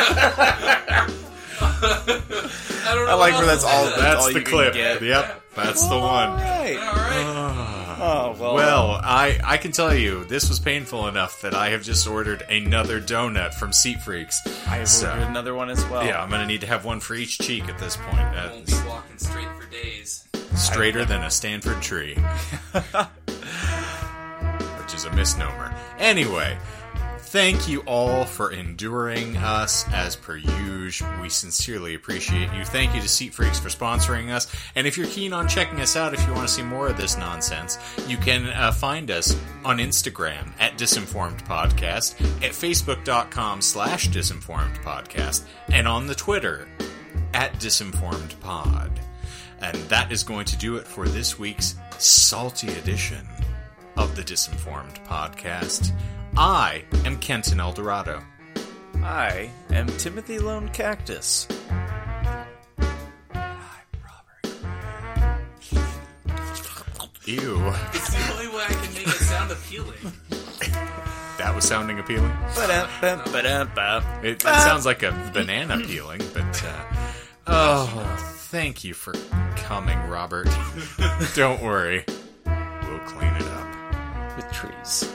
[SPEAKER 3] I don't know.
[SPEAKER 1] I like
[SPEAKER 3] what
[SPEAKER 1] where that's
[SPEAKER 3] else to say
[SPEAKER 1] all-
[SPEAKER 3] to that.
[SPEAKER 1] that's all you can get.
[SPEAKER 2] Yep, that's the
[SPEAKER 1] All
[SPEAKER 2] one.
[SPEAKER 1] right.
[SPEAKER 3] All right.
[SPEAKER 1] All Oh well.
[SPEAKER 2] Well, I, I can tell you, this was painful enough that I have just ordered another donut from Seat Freaks.
[SPEAKER 1] I have
[SPEAKER 2] so-
[SPEAKER 1] ordered another one as well.
[SPEAKER 2] Yeah, I'm going to need to have one for each cheek at this point.
[SPEAKER 3] I won't be
[SPEAKER 2] That's
[SPEAKER 3] walking straight for days.
[SPEAKER 2] straighter than a Stanford tree, which is a misnomer. Anyway, thank you all for enduring us as per usual. We sincerely appreciate you. Thank you to Seat Freaks for sponsoring us. And if you're keen on checking us out, if you want to see more of this nonsense, you can uh, find us on Instagram at Disinformed Podcast, at Facebook.com slash Disinformed Podcast, and on the Twitter at Disinformed Pod. And that is going to do it for this week's salty edition of the Disinformed Podcast. I am Kenton Eldorado.
[SPEAKER 1] I am Timothy Lone Cactus.
[SPEAKER 2] Ew,
[SPEAKER 3] It's the only way I can make it sound appealing.
[SPEAKER 2] that was sounding appealing. Uh,
[SPEAKER 1] Ba-dum-bum, ba-dum-bum.
[SPEAKER 2] It, it sounds like a banana peeling, but uh, oh, thank you for coming, Robert. Don't worry, we'll clean it up.
[SPEAKER 1] With trees.